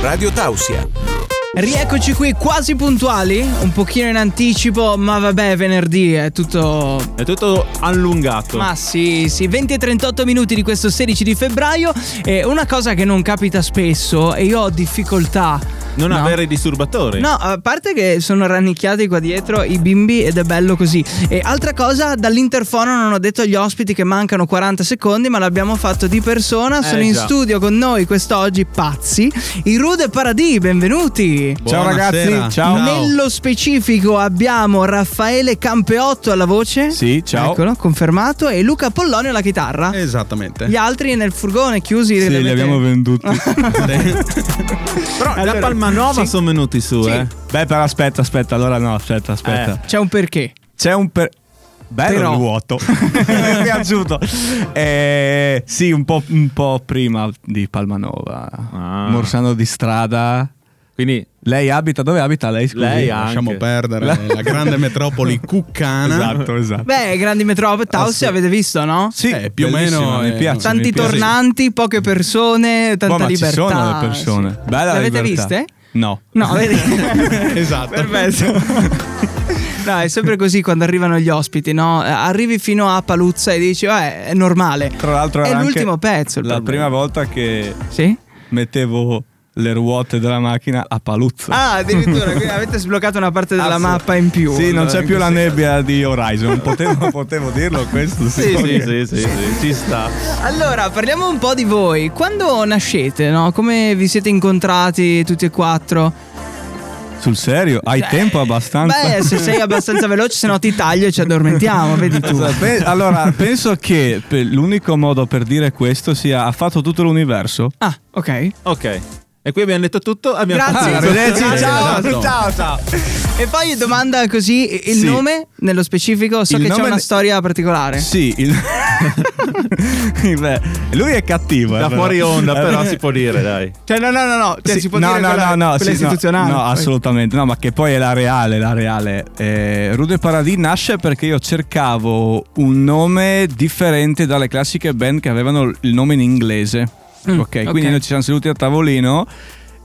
Speaker 1: Radio Tausia.
Speaker 3: Rieccoci qui quasi puntuali, un pochino in anticipo, ma vabbè, venerdì è tutto
Speaker 4: È tutto allungato.
Speaker 3: Ma sì, sì, 20 e 38 minuti di questo 16 di febbraio e una cosa che non capita spesso e io ho difficoltà.
Speaker 4: non
Speaker 3: no?
Speaker 4: avere i disturbatori.
Speaker 3: No, a parte che sono rannicchiati qua dietro i bimbi ed è bello così. E altra cosa, dall'interfono non ho detto agli ospiti che mancano 40 secondi, ma l'abbiamo fatto di persona. Sono
Speaker 2: Eh,
Speaker 3: in
Speaker 4: già.
Speaker 3: studio con noi quest'oggi, pazzi, i Rude Paradis, benvenuti.
Speaker 2: Ciao
Speaker 4: Buonasera.
Speaker 2: ragazzi, ciao.
Speaker 3: Nello specifico abbiamo Raffaele Campeotto alla voce.
Speaker 2: Sì, ciao.
Speaker 3: Eccolo, confermato. E Luca Pollonio alla chitarra.
Speaker 2: Esattamente.
Speaker 3: Gli altri nel furgone chiusi.
Speaker 2: Sì, li
Speaker 3: avete-
Speaker 2: abbiamo
Speaker 6: [laughs]
Speaker 2: venduti.
Speaker 4: Però da Palmanova sono venuti su, eh.
Speaker 2: Beh, però aspetta, aspetta, allora no, aspetta, aspetta.
Speaker 6: Eh.
Speaker 3: C'è un perché.
Speaker 2: C'è un per... Bello
Speaker 3: Però.
Speaker 2: il [laughs] vuoto. Mi è piaciuto. [laughs] Eh, sì, un po', un po' prima di Palmanova.
Speaker 4: Ah.
Speaker 2: Morsano di strada.
Speaker 4: Quindi,
Speaker 2: Lei abita dove abita lei? Scusi?
Speaker 4: Lei anche.
Speaker 10: Lasciamo perdere la grande metropoli cuccana.
Speaker 2: Esatto, esatto.
Speaker 3: Beh, grandi metropoli, Taos, avete visto, no?
Speaker 2: sì,
Speaker 10: Eh, più o meno,
Speaker 2: mi
Speaker 10: eh,
Speaker 2: piace.
Speaker 3: Tanti
Speaker 2: mi piace.
Speaker 3: tornanti, poche persone, tanta
Speaker 2: Boh, ma
Speaker 3: libertà.
Speaker 2: ci sono le persone.
Speaker 3: sì.
Speaker 2: Bella
Speaker 3: Le avete
Speaker 2: libertà.
Speaker 3: viste?
Speaker 2: No.
Speaker 3: No, [laughs] vedi.
Speaker 10: Esatto.
Speaker 2: [laughs]
Speaker 3: No, è sempre così quando arrivano gli ospiti, no? Eh, Arrivi fino a Paluzza e dici, "Vabbè, è normale.
Speaker 2: Tra l'altro
Speaker 3: è
Speaker 2: era anche
Speaker 3: l'ultimo pezzo. il
Speaker 2: La
Speaker 3: problema.
Speaker 2: prima volta che
Speaker 3: Sì?
Speaker 2: mettevo le ruote della macchina a paluzzo.
Speaker 3: Ah, addirittura quindi avete sbloccato una parte della
Speaker 2: sì.
Speaker 3: mappa in più.
Speaker 2: Sì, non
Speaker 3: Allora,
Speaker 2: c'è
Speaker 3: in
Speaker 2: più la
Speaker 3: questo caso.
Speaker 2: nebbia di Horizon.
Speaker 4: [laughs]
Speaker 2: Potevo, potevo dirlo questo, sì.
Speaker 4: sì, sì, sì, sì, sì, ci sta.
Speaker 3: Allora, parliamo un po' di voi. Quando nascete, no? Come vi siete incontrati tutti e quattro?
Speaker 2: Sul serio? Hai tempo abbastanza?
Speaker 3: Beh, se sei abbastanza veloce, se no ti taglio e ci addormentiamo, vedi tu.
Speaker 2: Pe- allora, penso che per- l'unico modo per dire questo sia ha fatto tutto l'universo.
Speaker 3: Ah, ok.
Speaker 4: Ok. E qui abbiamo detto tutto. Abbiamo
Speaker 3: Grazie.
Speaker 4: fatto-
Speaker 2: Arrivederci,
Speaker 3: Grazie.
Speaker 2: ciao,
Speaker 4: Esatto.
Speaker 2: ciao, ciao.
Speaker 3: E poi domanda così, il
Speaker 2: Sì.
Speaker 3: nome nello specifico, so
Speaker 2: Il
Speaker 3: che c'è
Speaker 2: nome-
Speaker 3: una storia particolare.
Speaker 2: Sì, il- [laughs] Beh, lui è cattivo. eh,
Speaker 4: Da
Speaker 2: però.
Speaker 4: fuori onda,
Speaker 2: Eh,
Speaker 4: però si può dire, dai.
Speaker 3: Cioè, no, no, no, no. Cioè,
Speaker 2: sì,
Speaker 3: si può
Speaker 2: no,
Speaker 3: dire
Speaker 2: no,
Speaker 3: quella,
Speaker 2: no, no,
Speaker 3: quella
Speaker 2: sì, no,
Speaker 3: istituzionale.
Speaker 2: No, assolutamente. No, ma che poi è la reale, la reale. Eh, Rude Paradis nasce perché io cercavo un nome differente dalle classiche band che avevano il nome in inglese.
Speaker 3: Mm,
Speaker 2: ok,
Speaker 3: ok.
Speaker 2: quindi noi ci siamo seduti a tavolino.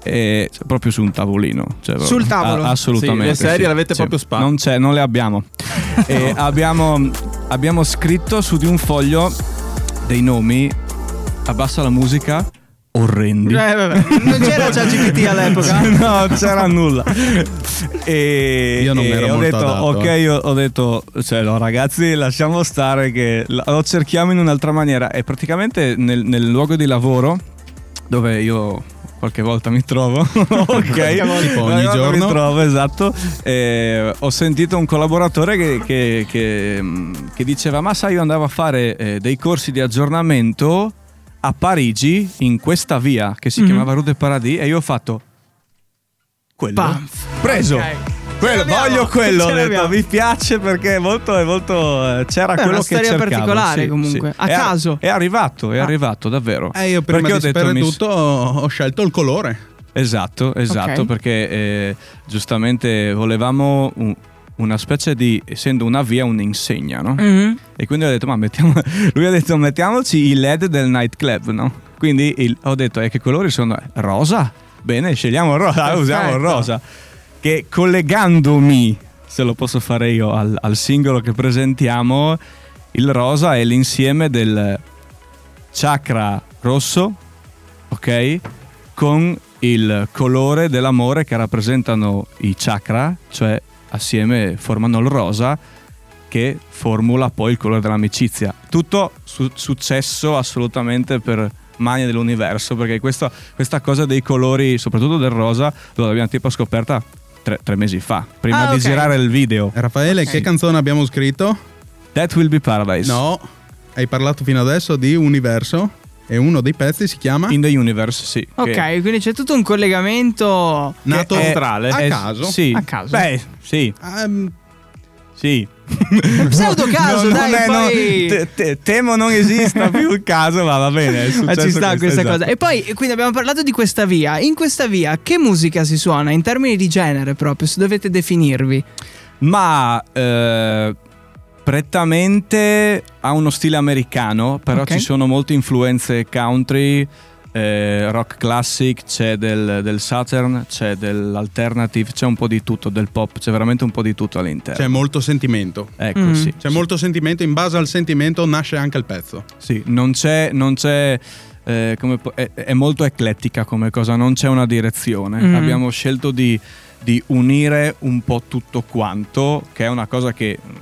Speaker 2: eh, cioè, proprio su un tavolino cioè, proprio-
Speaker 3: Sul tavolo?
Speaker 2: a- assolutamente
Speaker 4: Ah, Sì, le serie
Speaker 2: sì,
Speaker 4: l'avete
Speaker 2: sì.
Speaker 4: proprio spa.
Speaker 2: non c'è non le
Speaker 10: [laughs]
Speaker 2: abbiamo E abbiamo, abbiamo scritto su di un foglio dei nomi abbassa la musica orrendi
Speaker 3: Eh, vabbè. Non c'era
Speaker 4: [laughs]
Speaker 3: ChatGPT all'epoca.
Speaker 2: no, c'era nulla. E,
Speaker 10: Io non
Speaker 2: e
Speaker 10: mi ero
Speaker 2: ho
Speaker 10: molto
Speaker 2: detto,
Speaker 10: adatto,
Speaker 2: ok,
Speaker 10: eh.
Speaker 2: io ho detto, cioè, no, ragazzi, lasciamo stare che la- lo cerchiamo in un'altra maniera. E praticamente nel, nel luogo di lavoro, dove io qualche volta mi [laughs] trovo, ok,
Speaker 10: Tipo ogni
Speaker 2: Qualche volta
Speaker 10: giorno.
Speaker 2: mi trovo, esatto, eh, ho sentito un collaboratore che, che- che, mm, che diceva, ma sai, io andavo a fare eh, dei corsi di aggiornamento a Parigi in questa via che si
Speaker 3: Mhm.
Speaker 2: chiamava Rue de Paradis e io ho fatto quello
Speaker 3: Pam.
Speaker 2: preso
Speaker 3: Ok.
Speaker 2: Quello,
Speaker 3: Ce l'abbiamo,
Speaker 2: voglio quello,
Speaker 3: ce
Speaker 2: ho detto,
Speaker 3: l'abbiamo.
Speaker 2: mi piace perché è molto, è molto eh, c'era
Speaker 3: Beh,
Speaker 2: quello
Speaker 3: una
Speaker 2: che
Speaker 3: storia
Speaker 2: cercavo,
Speaker 3: particolare,
Speaker 2: sì,
Speaker 3: comunque.
Speaker 2: sì.
Speaker 3: A
Speaker 2: È-
Speaker 3: caso.
Speaker 2: È arrivato, è
Speaker 3: Ah.
Speaker 2: arrivato davvero.
Speaker 10: Eh, io prima
Speaker 2: perché ho
Speaker 10: di
Speaker 2: detto
Speaker 10: sapere
Speaker 2: mi-
Speaker 10: tutto ho ho scelto il colore.
Speaker 2: Esatto, esatto,
Speaker 3: Ok.
Speaker 2: perché eh, giustamente volevamo un- una specie di essendo una via un'insegna, no?
Speaker 3: Mhm.
Speaker 2: E quindi ho detto, ma mettiamo... [laughs] Lui ha detto, mettiamoci i LED del nightclub, no? Quindi il- ho detto, e che colori sono? Rosa? Bene, scegliamo [laughs] rosa, usiamo il rosa. Che collegandomi, se lo posso fare io, al, al singolo che presentiamo, il rosa è l'insieme del chakra rosso, ok? Con il colore dell'amore che rappresentano i chakra, cioè assieme formano il rosa che formula poi il colore dell'amicizia. Tutto su- successo assolutamente per mania dell'universo, perché questa, questa cosa dei colori, soprattutto del rosa, l'abbiamo tipo scoperta tre, tre mesi fa, prima
Speaker 3: Ah,
Speaker 2: di
Speaker 3: ok.
Speaker 2: girare il video.
Speaker 10: Raffaele, che canzone abbiamo scritto?
Speaker 2: That Will Be Paradise.
Speaker 10: No, hai parlato fino adesso di universo e uno dei pezzi si chiama
Speaker 2: In the Universe, sì.
Speaker 3: Ok,
Speaker 2: che-
Speaker 3: quindi c'è tutto un
Speaker 2: [laughs]
Speaker 3: collegamento.
Speaker 10: Nato
Speaker 2: che è-
Speaker 10: Astrale.
Speaker 2: è-
Speaker 10: a caso.
Speaker 2: Sì.
Speaker 3: A caso.
Speaker 2: Beh, sì,
Speaker 10: Ehm,
Speaker 2: sì.
Speaker 3: Pseudo caso,
Speaker 2: No,
Speaker 3: dai,
Speaker 2: non è- no,
Speaker 3: poi-
Speaker 2: te- te- temo non esista più il caso, ma va bene.
Speaker 3: [laughs]
Speaker 2: è
Speaker 3: Ma Ah, ci
Speaker 2: successo
Speaker 3: sta
Speaker 2: questo,
Speaker 3: questa
Speaker 2: esatto.
Speaker 3: cosa. E poi, e quindi abbiamo parlato di questa via. In questa via, che musica si suona in termini di genere proprio? Se dovete definirvi.
Speaker 2: ma eh, prettamente ha uno stile americano, però
Speaker 3: Ok.
Speaker 2: ci sono molte influenze country, eh, rock classic, c'è del, del Southern, c'è dell'alternative, c'è un po' di tutto, del pop, c'è veramente un po' di tutto all'interno.
Speaker 10: C'è molto sentimento.
Speaker 2: ecco,
Speaker 3: Mm.
Speaker 2: sì.
Speaker 10: C'è molto sentimento, in base al sentimento nasce anche il pezzo.
Speaker 2: Sì, non c'è. non c'è, eh, come po- è, è molto eclettica come cosa, non c'è una direzione.
Speaker 3: Mm.
Speaker 2: Abbiamo scelto di, di unire un po' tutto quanto, che è una cosa che mm,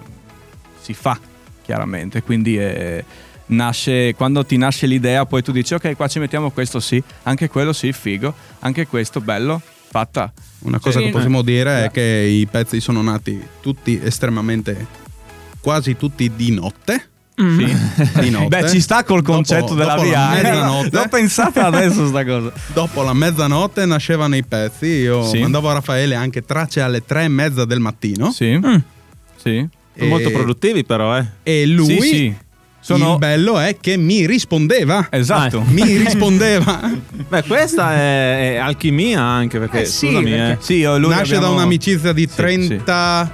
Speaker 2: si fa chiaramente. Quindi eh, nasce, quando ti nasce l'idea, poi tu dici: Ok, qua ci mettiamo questo, sì, anche quello, sì, figo, anche questo, bello, fatta.
Speaker 10: Una cosa
Speaker 3: Sì. Eh.
Speaker 10: che possiamo dire è che i pezzi sono nati tutti estremamente, quasi tutti di notte.
Speaker 3: Mm.
Speaker 10: [laughs] Di notte.
Speaker 2: Beh, ci sta col concetto
Speaker 10: Dopo-
Speaker 2: della
Speaker 10: dopo
Speaker 2: via.
Speaker 10: la
Speaker 2: eh.
Speaker 10: mezzanotte.
Speaker 2: L'ho pensata adesso, sta cosa.
Speaker 10: Dopo la mezzanotte nascevano i pezzi, io
Speaker 2: Sì.
Speaker 10: mandavo a Raffaele anche tracce alle tre e mezza del mattino.
Speaker 2: Sì,
Speaker 3: Mm.
Speaker 2: sì.
Speaker 10: E-
Speaker 4: Molto produttivi, però, eh.
Speaker 10: E lui,
Speaker 2: Sì, sì. Sono-
Speaker 10: il bello è che mi rispondeva.
Speaker 2: Esatto.
Speaker 4: Ah,
Speaker 10: Mi rispondeva.
Speaker 2: [laughs]
Speaker 4: Beh, questa è, è alchimia anche perché,
Speaker 3: Eh sì,
Speaker 4: scusami,
Speaker 3: perché-
Speaker 4: eh.
Speaker 2: Sì, io e lui
Speaker 10: Nasce da
Speaker 2: abbiamo-
Speaker 10: un'amicizia di
Speaker 2: sì.
Speaker 10: 33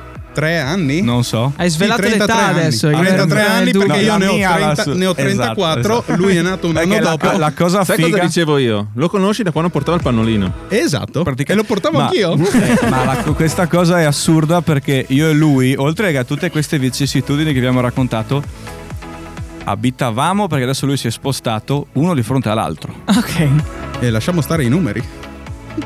Speaker 10: anni.
Speaker 2: Non so.
Speaker 3: Hai svelato
Speaker 10: Sì, 33
Speaker 3: l'età
Speaker 10: anni.
Speaker 2: Ah,
Speaker 3: adesso.
Speaker 10: Ha
Speaker 3: che
Speaker 10: 33
Speaker 3: era-
Speaker 10: anni
Speaker 3: era il dubbio.
Speaker 10: perché io
Speaker 2: Eh, La
Speaker 10: ne ho,
Speaker 2: mia, la
Speaker 10: 30
Speaker 2: sua-
Speaker 10: ne ho
Speaker 2: esatto,
Speaker 10: 34,
Speaker 2: esatto.
Speaker 10: lui è nato un anno
Speaker 2: Perché la-
Speaker 10: dopo.
Speaker 2: La, cosa
Speaker 4: Sai
Speaker 2: figa.
Speaker 4: cosa dicevo io? Lo conosci da quando portava il pannolino.
Speaker 10: Esatto.
Speaker 2: Pratica-
Speaker 10: E lo portavo
Speaker 2: Ma-
Speaker 10: anch'io.
Speaker 2: Eh, [laughs] Ma la- questa cosa è assurda perché io e lui, oltre che a tutte queste vicissitudini che abbiamo raccontato, abitavamo perché adesso lui si è spostato uno di fronte all'altro.
Speaker 3: Ok.
Speaker 10: e lasciamo stare i numeri.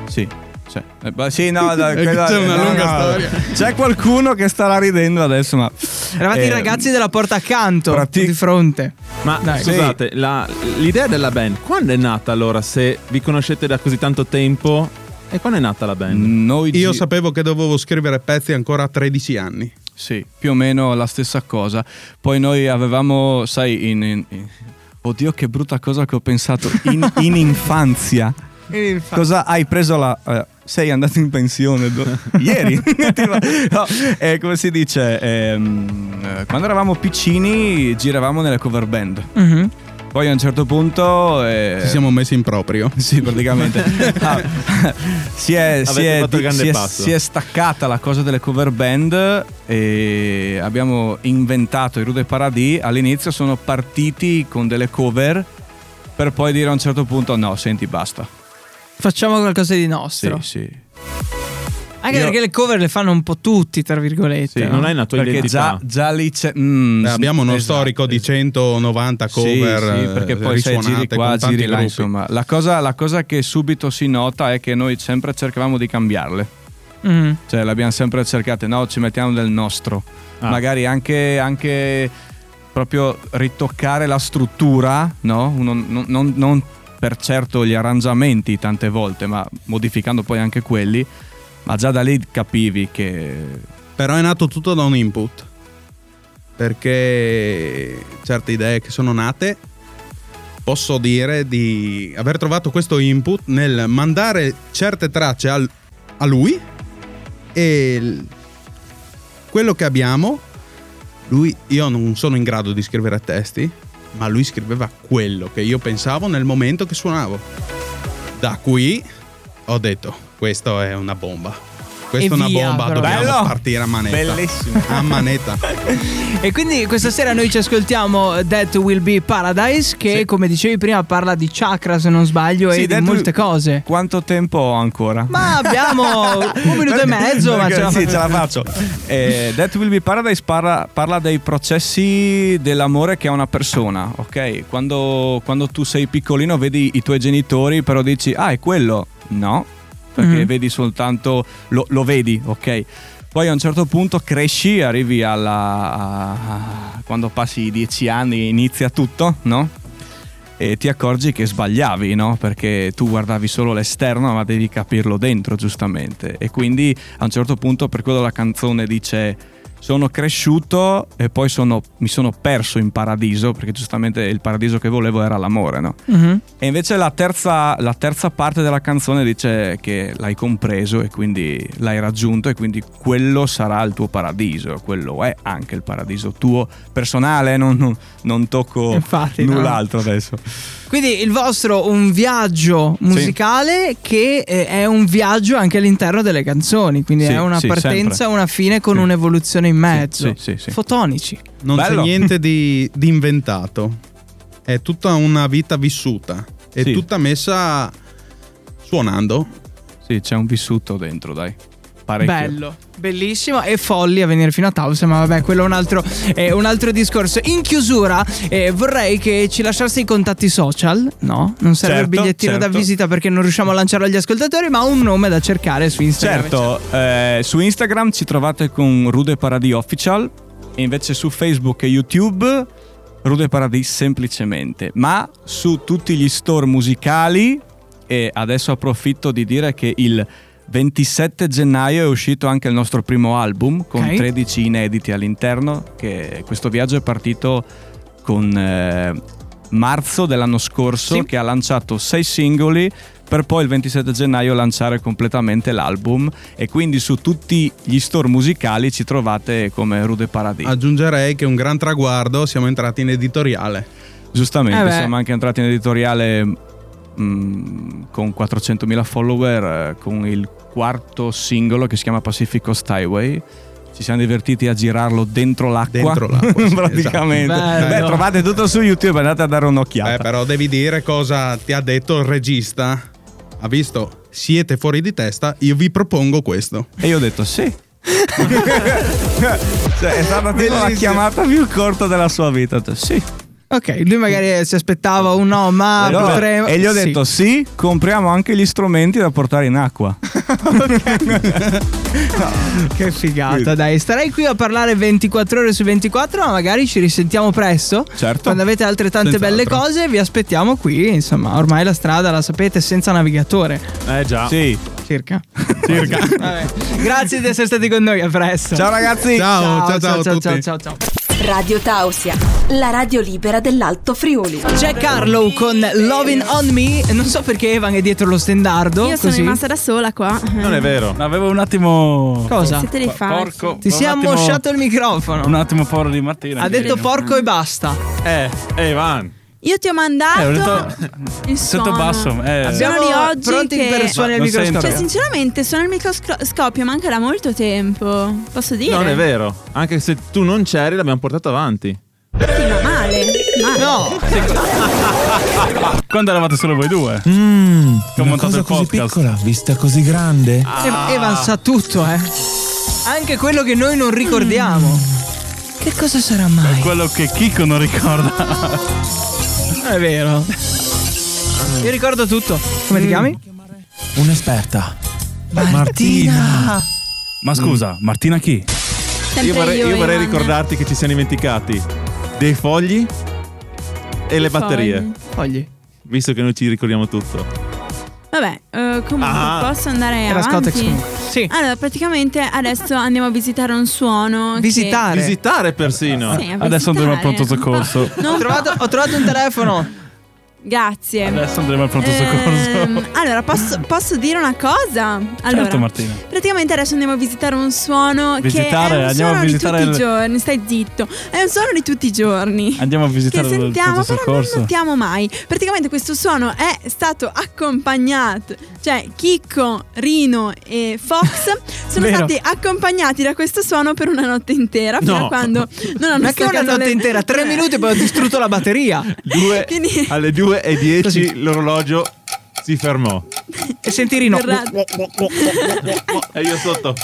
Speaker 2: Sì. Cioè, eh, beh, sì,
Speaker 10: [laughs]
Speaker 2: no, da-
Speaker 10: C'è una lunga storia.
Speaker 2: C'è qualcuno che starà ridendo adesso, ma
Speaker 3: Eravate i
Speaker 2: Eh,
Speaker 3: ragazzi della porta accanto,
Speaker 2: prati-
Speaker 3: di fronte.
Speaker 4: Ma
Speaker 3: Dai.
Speaker 4: scusate, la- l'idea della band, quando è nata allora? Se vi conoscete da così tanto tempo, e quando è nata la band?
Speaker 2: noi
Speaker 10: Io
Speaker 2: gi-
Speaker 10: sapevo che dovevo scrivere pezzi ancora a 13 anni.
Speaker 2: Sì, più o meno la stessa cosa. Poi noi avevamo, sai, in, in- in- oddio che
Speaker 10: [laughs]
Speaker 2: brutta cosa che ho pensato, in, in infanzia. Cosa hai preso la, eh, sei andato in pensione
Speaker 10: [laughs]
Speaker 2: do- ieri. [laughs] Tipo, no, eh, come si dice? ehm, eh, quando eravamo piccini giravamo nella cover band.
Speaker 3: Mhm.
Speaker 2: Poi a un certo punto... eh,
Speaker 10: Ci siamo messi in proprio.
Speaker 2: [laughs] Sì, praticamente. Ah, [laughs] si, è, si
Speaker 4: Avete
Speaker 2: è-
Speaker 4: fatto il grande
Speaker 2: si è-
Speaker 4: passo.
Speaker 2: si è staccata la cosa delle cover band e abbiamo inventato i Rude Paradis. All'inizio sono partiti con delle cover per poi dire a un certo punto no, senti, basta.
Speaker 3: Facciamo qualcosa di
Speaker 2: Sì,
Speaker 3: nostro.
Speaker 2: sì.
Speaker 3: Anche
Speaker 2: Io-
Speaker 3: perché le cover le fanno un po' tutti, tra virgolette.
Speaker 4: Sì,
Speaker 3: no?
Speaker 4: non hai una tua
Speaker 2: Perché
Speaker 4: identità.
Speaker 2: già, già lì c'è... mm,
Speaker 10: Eh, abbiamo uno
Speaker 2: esatto,
Speaker 10: storico di
Speaker 2: esatto.
Speaker 10: 190 cover
Speaker 2: Sì, sì, perché
Speaker 10: eh,
Speaker 2: poi sai,
Speaker 10: risuonate
Speaker 2: giri qua,
Speaker 10: con tanti
Speaker 2: giri là,
Speaker 10: gruppi.
Speaker 2: insomma. La cosa, la cosa che subito si nota è che noi sempre cercavamo di cambiarle.
Speaker 3: Mm.
Speaker 2: Cioè, l'abbiamo sempre cercata, no, ci mettiamo del nostro.
Speaker 4: Ah.
Speaker 2: Magari anche, anche proprio ritoccare la struttura, no? Uno- non, non- non per certo gli arrangiamenti tante volte, ma modificando poi anche quelli. Ma già da lì capivi che
Speaker 10: Però è nato tutto da un input. Perché certe idee che sono nate, posso dire di aver trovato questo input nel mandare certe tracce al- a lui e l- quello che abbiamo, lui, io non sono in grado di scrivere testi, ma lui scriveva quello che io pensavo nel momento che suonavo. Da qui ho detto, questo è una bomba. Questa è una
Speaker 3: via,
Speaker 10: bomba,
Speaker 3: però.
Speaker 10: dobbiamo
Speaker 2: Bello!
Speaker 10: partire a manetta.
Speaker 2: Bellissimo.
Speaker 10: A manetta.
Speaker 3: E quindi questa sera noi ci ascoltiamo That Will Be Paradise, che
Speaker 2: Sì.
Speaker 3: come dicevi prima parla di chakra se non sbaglio
Speaker 2: Sì,
Speaker 3: e di
Speaker 2: Deadpool-
Speaker 3: molte cose.
Speaker 2: Quanto tempo ho ancora?
Speaker 3: Ma abbiamo
Speaker 2: [laughs]
Speaker 3: un minuto e mezzo, ma ce la
Speaker 2: Sì,
Speaker 3: facciamo.
Speaker 2: ce la faccio. Eh, That Will Be Paradise parla, parla dei processi dell'amore che ha una persona, ok? Quando, quando tu sei piccolino vedi i tuoi genitori, però dici, ah, è quello. No, perché
Speaker 3: Mhm.
Speaker 2: vedi soltanto, lo, lo vedi, ok? Poi a un certo punto cresci, arrivi alla... a- quando passi i dieci anni inizia tutto, no? e ti accorgi che sbagliavi, no? Perché tu guardavi solo l'esterno, ma devi capirlo dentro, giustamente. E quindi a un certo punto, per quello la canzone dice: Sono cresciuto e poi sono- mi sono perso in paradiso, perché giustamente il paradiso che volevo era l'amore, no?
Speaker 3: Mhm.
Speaker 2: E invece la terza, la terza parte della canzone dice che l'hai compreso e quindi l'hai raggiunto e quindi quello sarà il tuo paradiso, quello è anche il paradiso tuo personale, non, non- non tocco
Speaker 3: Infatti, no.
Speaker 2: null'altro adesso.
Speaker 3: Quindi il vostro un viaggio musicale che eh, è un viaggio anche all'interno delle canzoni, quindi
Speaker 2: Sì,
Speaker 3: è una
Speaker 2: sì,
Speaker 3: partenza,
Speaker 2: sempre.
Speaker 3: una fine con
Speaker 2: Sì.
Speaker 3: un'evoluzione in mezzo.
Speaker 2: sì, sì, sì.
Speaker 3: Fotonici.
Speaker 10: Non
Speaker 2: Bello.
Speaker 10: c'è niente di, di inventato. È tutta una vita vissuta. È
Speaker 2: Sì.
Speaker 10: tutta messa suonando.
Speaker 2: Sì, c'è un vissuto dentro, dai. Parecchio.
Speaker 3: Bello, bellissimo e folli a venire fino a Taus, ma vabbè, quello è un altro, eh, un altro discorso. In chiusura eh, vorrei che ci lasciaste i contatti social, no? Non serve il
Speaker 2: Certo,
Speaker 3: bigliettino da
Speaker 2: certo.
Speaker 3: visita perché non riusciamo a lanciarlo agli ascoltatori, ma un nome da cercare su Instagram. diciamo.
Speaker 2: Certo, eh, su Instagram ci trovate con Rude Paradis Official e invece su Facebook e YouTube Rude Paradis semplicemente, ma su tutti gli store musicali e adesso approfitto di dire che il 27 gennaio è uscito anche il nostro primo album con
Speaker 3: Ok.
Speaker 2: 13 inediti all'interno, che questo viaggio è partito con eh, marzo dell'anno scorso
Speaker 3: Sì.
Speaker 2: che ha lanciato 6 singoli per poi il 27 gennaio lanciare completamente l'album e quindi su tutti gli store musicali ci trovate come Rude Paradis.
Speaker 10: Aggiungerei che un gran traguardo, siamo entrati in editoriale.
Speaker 2: Giustamente,
Speaker 3: Eh beh.
Speaker 2: siamo anche entrati in editoriale mm, con 400.000 follower, eh, con il quarto singolo che si chiama Pacific Coast Highway. Ci siamo divertiti a girarlo dentro l'acqua.
Speaker 10: Dentro
Speaker 2: [laughs]
Speaker 10: l'acqua, sì,
Speaker 2: praticamente.
Speaker 3: esatto.
Speaker 2: Beh,
Speaker 10: Bello.
Speaker 2: trovate tutto su YouTube, andate a dare un'occhiata.
Speaker 10: Eh, però devi dire cosa ti ha detto il regista. Ha visto, siete fuori di testa, io vi propongo questo.
Speaker 2: E io ho detto
Speaker 10: [laughs]
Speaker 2: sì. [laughs] cioè, è stata tipo la chiamata più corta della sua vita. Ho detto, sì.
Speaker 3: Ok, lui magari si aspettava un no, ma
Speaker 2: E allora-
Speaker 3: potremmo...
Speaker 2: Eh, E gli ho
Speaker 3: Ah, Sì.
Speaker 2: detto sì, compriamo anche gli strumenti da portare in acqua.
Speaker 3: Che figata, dai. Starei qui a parlare 24 ore su 24, ma magari ci risentiamo presto.
Speaker 2: Certo.
Speaker 3: Quando avete altre tante belle
Speaker 10: Senz'altro.
Speaker 3: cose, vi aspettiamo qui. Insomma, ormai la strada la sapete senza navigatore,
Speaker 4: Eh già.
Speaker 2: Sì.
Speaker 3: circa. Vabbè. Grazie di essere stati con noi, a presto.
Speaker 2: Ciao ragazzi.
Speaker 10: Ciao, ciao, ciao a
Speaker 3: ciao,
Speaker 10: tutti.
Speaker 3: ciao, ciao, ciao.
Speaker 7: Radio Tausia, la radio libera dell'Alto Friuli.
Speaker 3: C'è Carlo con Lovin' On Me. Non so perché Evan è dietro lo stendardo.
Speaker 5: Io sono
Speaker 3: così.
Speaker 5: rimasta da sola qua.
Speaker 4: Non è vero.
Speaker 6: No, Avevo un attimo.
Speaker 3: Cosa?
Speaker 5: Siete dei falsi.
Speaker 6: Porco.
Speaker 3: Ti
Speaker 6: un
Speaker 3: si è
Speaker 6: attimo-
Speaker 3: ammosciato il microfono.
Speaker 6: Un attimo foro di Martina.
Speaker 3: Ha detto porco e basta.
Speaker 4: Eh, eh, Van.
Speaker 5: Io ti ho mandato
Speaker 6: Eh, ho detto-
Speaker 5: il
Speaker 6: Sotto
Speaker 5: suono.
Speaker 6: basso. Eh.
Speaker 5: Abbiamo-
Speaker 3: Siamo
Speaker 5: Sono lì oggi
Speaker 3: pronti
Speaker 5: che-
Speaker 3: per suonare il
Speaker 6: Ma non
Speaker 3: microscopio.
Speaker 5: Cioè,
Speaker 6: sento.
Speaker 5: sinceramente, sono al microscopio, manca da molto tempo. Posso dire?
Speaker 4: Non è vero. Anche se tu non c'eri, l'abbiamo portato avanti.
Speaker 5: Sì, ma male. male.
Speaker 3: No,
Speaker 6: Quando eravate solo voi due.
Speaker 3: Mm.
Speaker 6: Che ho montato il podcast.
Speaker 1: vista così grande.
Speaker 3: Ev- Evan sa tutto, eh. Anche quello che noi non ricordiamo.
Speaker 5: Mm.
Speaker 3: Che cosa sarà mai?
Speaker 6: Quello che Chico non ricorda.
Speaker 3: Non è vero. Io ricordo tutto. Come ti chiami?
Speaker 1: Un'esperta.
Speaker 3: Martina.
Speaker 6: [laughs] Ma scusa, Martina chi?
Speaker 5: Sempre
Speaker 4: Io vorrei, io vorrei
Speaker 5: Ivan.
Speaker 4: ricordarti che ci siamo dimenticati dei fogli e le batterie.
Speaker 5: Fogli.
Speaker 3: Fogli.
Speaker 4: Visto che noi ci ricordiamo tutto.
Speaker 5: Vabbè, eh, comunque
Speaker 4: Ah.
Speaker 5: posso andare
Speaker 3: Era
Speaker 5: avanti. Ah,
Speaker 3: Scottex comunque. Sì.
Speaker 5: Allora, praticamente adesso andiamo a visitare un suono. che-
Speaker 3: Visitare.
Speaker 4: Visitare persino.
Speaker 5: Sì, a
Speaker 6: Adesso andremo al
Speaker 5: visitare.
Speaker 6: pronto soccorso.
Speaker 5: [laughs]
Speaker 3: Ho
Speaker 5: Non-
Speaker 3: trovato, ho trovato un telefono.
Speaker 5: Grazie.
Speaker 6: Adesso andremo al pronto [laughs]
Speaker 5: Ehm,
Speaker 6: soccorso.
Speaker 5: allora, posso, posso dire una cosa? Allora,
Speaker 6: Certo, Martina.
Speaker 5: Praticamente adesso andiamo a visitare un suono
Speaker 6: Visitare,
Speaker 5: che è un
Speaker 6: andiamo a
Speaker 5: suono
Speaker 6: visitare
Speaker 5: di tutti
Speaker 6: il-
Speaker 5: i giorni, stai zitto. È un suono di tutti i giorni.
Speaker 6: Andiamo a
Speaker 5: Che
Speaker 6: visitare il
Speaker 5: sentiamo,
Speaker 6: pronto
Speaker 5: però non
Speaker 6: soccorso.
Speaker 5: notiamo mai. Praticamente questo suono è stato accompagnato, cioè Chicco, Rino e Fox
Speaker 6: [laughs]
Speaker 5: sono
Speaker 6: Vero.
Speaker 5: stati accompagnati da questo suono per una notte intera, fino
Speaker 4: No.
Speaker 5: a quando non hanno
Speaker 3: Ma che una
Speaker 5: staccato
Speaker 3: notte
Speaker 5: le- Eh.
Speaker 3: intera? Tre minuti e poi ho distrutto la batteria.
Speaker 4: Due-
Speaker 5: [laughs] Quindi-
Speaker 4: [laughs] alle 2 e 10 l'orologio si fermò.
Speaker 3: E senti Rino.
Speaker 5: Verrà-
Speaker 4: E io sotto.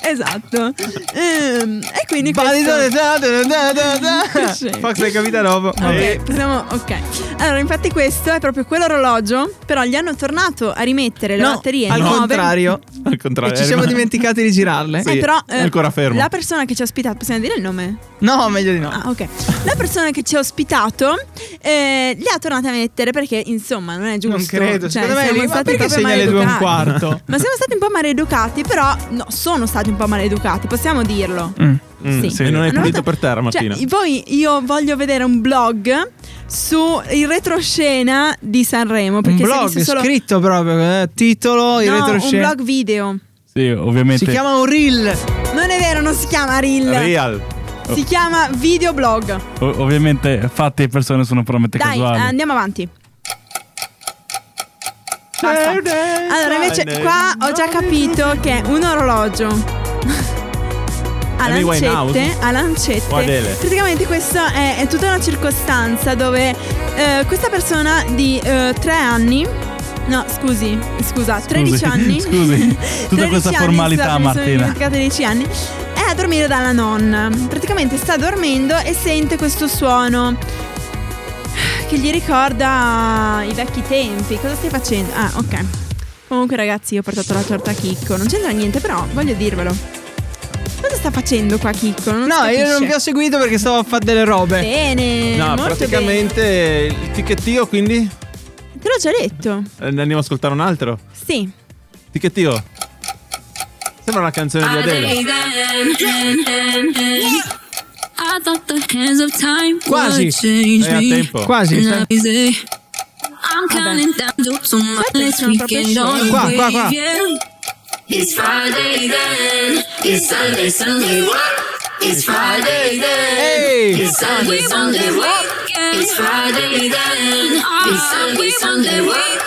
Speaker 5: Esatto. Ehm, e quindi questo... [laughs] Sì.
Speaker 3: Fox Eh, hai capito dopo.
Speaker 5: Ok, possiamo- ok. Allora, infatti, questo è proprio quell'orologio. Però gli hanno tornato a rimettere le
Speaker 3: No,
Speaker 5: batterie
Speaker 3: al
Speaker 5: nuove.
Speaker 3: contrario.
Speaker 4: Al contrario.
Speaker 3: E ci siamo dimenticati di girarle.
Speaker 5: Eh, però,
Speaker 4: è ancora fermo.
Speaker 5: La persona che ci ha ospitato, possiamo dire il nome?
Speaker 3: No, meglio di no.
Speaker 5: Ah, ok. La persona che ci ha ospitato eh, li ha tornati a mettere perché, insomma, non è giusto.
Speaker 3: Non credo.
Speaker 5: Cioè,
Speaker 3: Secondo me
Speaker 5: siamo
Speaker 3: lì, ma
Speaker 5: stati
Speaker 3: perché
Speaker 5: proprio
Speaker 3: segna le due e un
Speaker 5: maleducati.
Speaker 3: quarto?
Speaker 5: Ma siamo stati un po' maleducati, però no, sono stati un po' maleducati, possiamo dirlo.
Speaker 4: Mm,
Speaker 5: Sì.
Speaker 4: sì, E non hai
Speaker 5: Hanno
Speaker 4: pulito
Speaker 5: fatto-
Speaker 4: per terra, Martina.
Speaker 5: Cioè, voi, io voglio vedere un blog su il retroscena di Sanremo.
Speaker 3: Un
Speaker 5: [laughs] Perché si è
Speaker 3: blog
Speaker 5: visto solo...
Speaker 3: scritto proprio, eh, titolo, in
Speaker 5: No, un
Speaker 3: retroscena.
Speaker 5: blog video.
Speaker 6: Sì, ovviamente.
Speaker 3: Si chiama un reel.
Speaker 5: Non è vero, non si chiama Reel.
Speaker 4: Real.
Speaker 5: Si chiama videoblog.
Speaker 6: o- ovviamente fatti e persone sono puramente
Speaker 5: Dai, eh,
Speaker 6: casuali.
Speaker 5: andiamo avanti. Basta. Allora, invece, qua ho già capito che è un orologio. A
Speaker 4: Amy Winehouse?
Speaker 5: lancette, a lancette.
Speaker 4: O Adele?
Speaker 5: Praticamente questa è, è tutta una circostanza dove eh, questa persona di 3 anni, no scusi, scusa, 13
Speaker 2: [laughs]
Speaker 6: [laughs]
Speaker 5: anni.
Speaker 6: Scusi, tutta
Speaker 5: 13
Speaker 6: questa
Speaker 5: anni,
Speaker 6: formalità,
Speaker 5: scusate, mi sono
Speaker 6: Martina.
Speaker 5: dimenticata 10 anni. È a dormire dalla nonna. Praticamente sta dormendo e sente questo suono che gli ricorda i vecchi tempi. Cosa stai facendo? Ah, ok. Comunque, ragazzi, io ho portato la torta a Chicco. Non c'entra niente, però voglio dirvelo. Cosa sta facendo qua Chicco? Non
Speaker 3: No,
Speaker 5: si
Speaker 3: io non
Speaker 5: capisce.
Speaker 3: vi ho seguito perché stavo a fare delle robe.
Speaker 5: Bene,
Speaker 4: No,
Speaker 5: molto
Speaker 4: praticamente il ticchettio, quindi
Speaker 5: bene. Te l'ho già detto.
Speaker 4: Eh, ne andiamo a ascoltare un altro.
Speaker 5: Sì.
Speaker 4: Ticchettio. Sembra una canzone di Adele.
Speaker 3: Quasi,
Speaker 4: È a tempo.
Speaker 3: quasi. sta-
Speaker 5: Aspetta, sono proprio scemo.
Speaker 3: Qua, qua, qua. Ehi!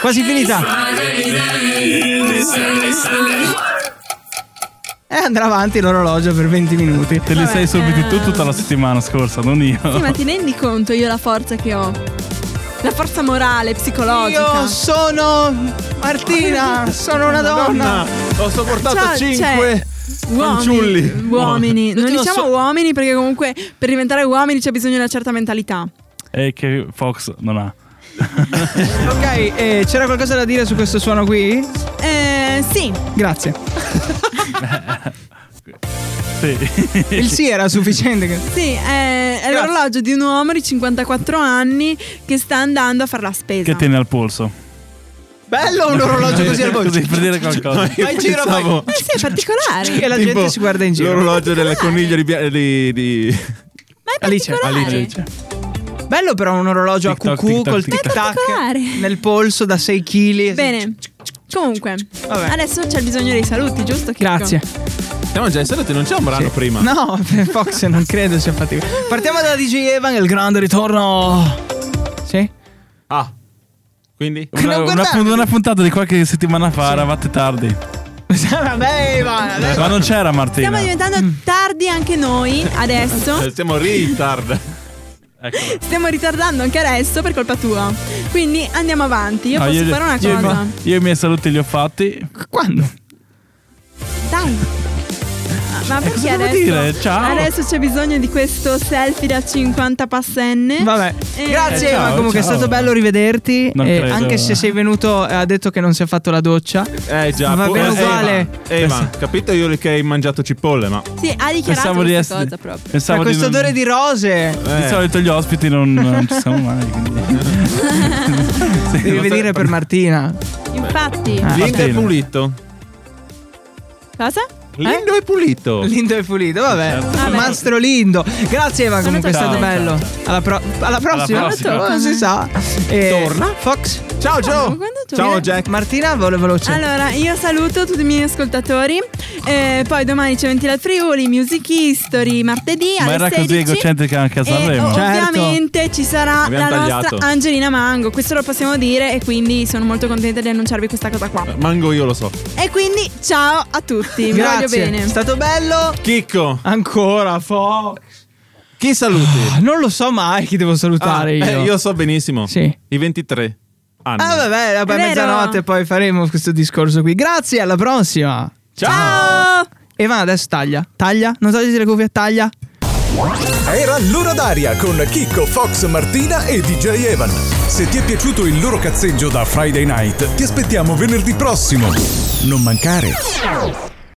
Speaker 3: Quasi finita. E andrà avanti l'orologio per 20 minuti.
Speaker 6: Te li
Speaker 5: Vabbè,
Speaker 6: sei subito tu
Speaker 5: eh.
Speaker 6: tutta la settimana scorsa, non io.
Speaker 5: Sì, ma ti rendi conto io la forza che ho? La forza morale, psicologica.
Speaker 3: Io sono Martina, sono una donna.
Speaker 4: Madonna, ho sopportato
Speaker 5: Ciao,
Speaker 4: 5
Speaker 5: cioè,
Speaker 4: fanciulli.
Speaker 5: Uomini, uomini. non
Speaker 4: Tutti
Speaker 5: diciamo
Speaker 4: so-
Speaker 5: uomini perché comunque per diventare uomini c'è bisogno di una certa mentalità.
Speaker 6: E che Fox non ha.
Speaker 3: Ok, eh, c'era qualcosa da dire su questo suono qui?
Speaker 5: Eh, sì,
Speaker 3: Grazie.
Speaker 6: Sì. [laughs]
Speaker 3: Il sì era sufficiente. che-
Speaker 5: sì, eh, è l'orologio di un uomo di 54 anni che sta andando a fare la spesa.
Speaker 6: che tiene al polso.
Speaker 3: Bello un orologio Esatto. così al Cioè,
Speaker 6: Così
Speaker 3: volto.
Speaker 6: per dire qualcosa.
Speaker 3: Vai in giro, vai.
Speaker 4: Pensavo-
Speaker 5: Eh sì, è particolare.
Speaker 3: E la
Speaker 4: Tipo,
Speaker 3: gente si guarda in giro.
Speaker 4: L'orologio del coniglio di, Bia- di, di-
Speaker 5: Ma è
Speaker 3: Alice,
Speaker 5: particolare.
Speaker 6: Alice.
Speaker 3: Bello però un orologio a
Speaker 6: Tic-tac,
Speaker 3: cucù
Speaker 6: tic-tac,
Speaker 3: col
Speaker 6: tic-tac.
Speaker 3: tic tac
Speaker 5: Particolare.
Speaker 3: nel polso da 6 kg.
Speaker 5: Bene. Comunque,
Speaker 3: Vabbè.
Speaker 5: adesso c'è bisogno dei saluti, giusto? Chicco?
Speaker 3: Grazie.
Speaker 4: Siamo già in salute, non c'è un brano prima.
Speaker 3: No, Fox non credo sia fatica. Partiamo da DJ Evan, il grande ritorno. Sì? [laughs]
Speaker 4: Ah, quindi?
Speaker 6: Una,
Speaker 3: Non
Speaker 6: una,
Speaker 3: guardarmi.
Speaker 6: una puntata di qualche settimana fa eravate tardi.
Speaker 3: Vabbè, Evan. adesso-
Speaker 6: Ma non c'era
Speaker 5: Stiamo
Speaker 6: Martina.
Speaker 5: diventando tardi anche noi adesso.
Speaker 4: [laughs] Eh, Siamo retard.
Speaker 6: Ecco.
Speaker 5: Stiamo ritardando anche adesso per colpa tua. Quindi andiamo avanti. Io
Speaker 6: No,
Speaker 5: posso fare una
Speaker 6: io-
Speaker 5: cosa.
Speaker 6: Io i miei saluti li ho fatti.
Speaker 3: Quando?
Speaker 5: Dai. Ah, Ma perché
Speaker 6: Eh, cosa devo
Speaker 5: adesso?
Speaker 6: dire? Ciao.
Speaker 5: Adesso c'è bisogno di questo selfie da 50 passenne.
Speaker 3: Vabbè.
Speaker 5: Eh,
Speaker 3: Grazie,
Speaker 6: eh, ciao,
Speaker 3: Evan. Comunque
Speaker 6: ciao.
Speaker 3: è stato bello rivederti.
Speaker 6: Non
Speaker 3: eh,
Speaker 6: credo.
Speaker 3: anche se sei venuto, eh, ha detto che non si è fatto la doccia.
Speaker 4: Eh già,
Speaker 3: Va
Speaker 4: pu-
Speaker 3: bene
Speaker 4: eh,
Speaker 3: uguale. Ah.
Speaker 4: Evan, Evan, capito io che hai mangiato cipolle, ma
Speaker 5: Sì, ha dichiarato
Speaker 6: Pensavo
Speaker 5: questa
Speaker 6: di essere.
Speaker 5: cosa proprio.
Speaker 3: Tra
Speaker 6: Pensavo di
Speaker 3: questo
Speaker 6: non-
Speaker 3: odore di Eh. rose.
Speaker 6: Di solito gli ospiti non, non ci siamo mai.
Speaker 3: [laughs]
Speaker 6: quindi- [laughs]
Speaker 3: Devi venire per Martina.
Speaker 5: Infatti,
Speaker 4: lindo e
Speaker 6: bene.
Speaker 4: pulito.
Speaker 5: cosa?
Speaker 3: Eh?
Speaker 4: Lindo e pulito.
Speaker 3: Lindo e pulito, vabbè.
Speaker 5: Vabbè.
Speaker 3: Mastro Lindo. Grazie Evan, comunque è stato
Speaker 6: Ciao.
Speaker 3: bello. Alla, pro- alla prossima.
Speaker 6: prossima.
Speaker 3: Non si sa. Eh, Fox.
Speaker 4: Ciao
Speaker 5: ma
Speaker 4: Joe.
Speaker 5: quando tu-
Speaker 4: Ciao
Speaker 3: Oh,
Speaker 4: Jack.
Speaker 3: Martina, volo veloce.
Speaker 5: Allora, io saluto tutti i miei ascoltatori. Eh, poi domani c'è Ventila al Friuli, Music History, martedì
Speaker 6: Ma
Speaker 5: alle
Speaker 6: era
Speaker 5: 16.
Speaker 6: così egocentrica anche a
Speaker 5: E
Speaker 6: Sanremo.
Speaker 5: ov-
Speaker 3: Certo.
Speaker 5: ovviamente ci sarà
Speaker 4: Abbiamo
Speaker 5: la
Speaker 4: tagliato.
Speaker 5: nostra Angelina Mango, questo lo possiamo dire e quindi sono molto contenta di annunciarvi questa cosa qua.
Speaker 4: Mango io lo so.
Speaker 6: Eh.
Speaker 5: E quindi ciao a tutti, vi voglio
Speaker 3: Grazie.
Speaker 5: bene.
Speaker 3: È stato bello.
Speaker 4: Chicco,
Speaker 3: Ancora Fox.
Speaker 4: chi saluti?
Speaker 3: Ah, Non lo so mai chi devo salutare
Speaker 4: Ah,
Speaker 3: io.
Speaker 4: eh, so benissimo.
Speaker 3: Sì.
Speaker 4: I 23 anni.
Speaker 3: Ah, vabbè, a
Speaker 5: È vero.
Speaker 3: mezzanotte poi faremo questo discorso qui. Grazie, alla prossima.
Speaker 5: Ciao!
Speaker 3: Evan, adesso taglia. Taglia. Non togliti le cuffie, taglia.
Speaker 1: Era l'ora d'aria con Chicco, Fox, Martina e DJ Evan. Se ti è piaciuto il loro cazzeggio da Friday Night, ti aspettiamo venerdì prossimo. Non mancare.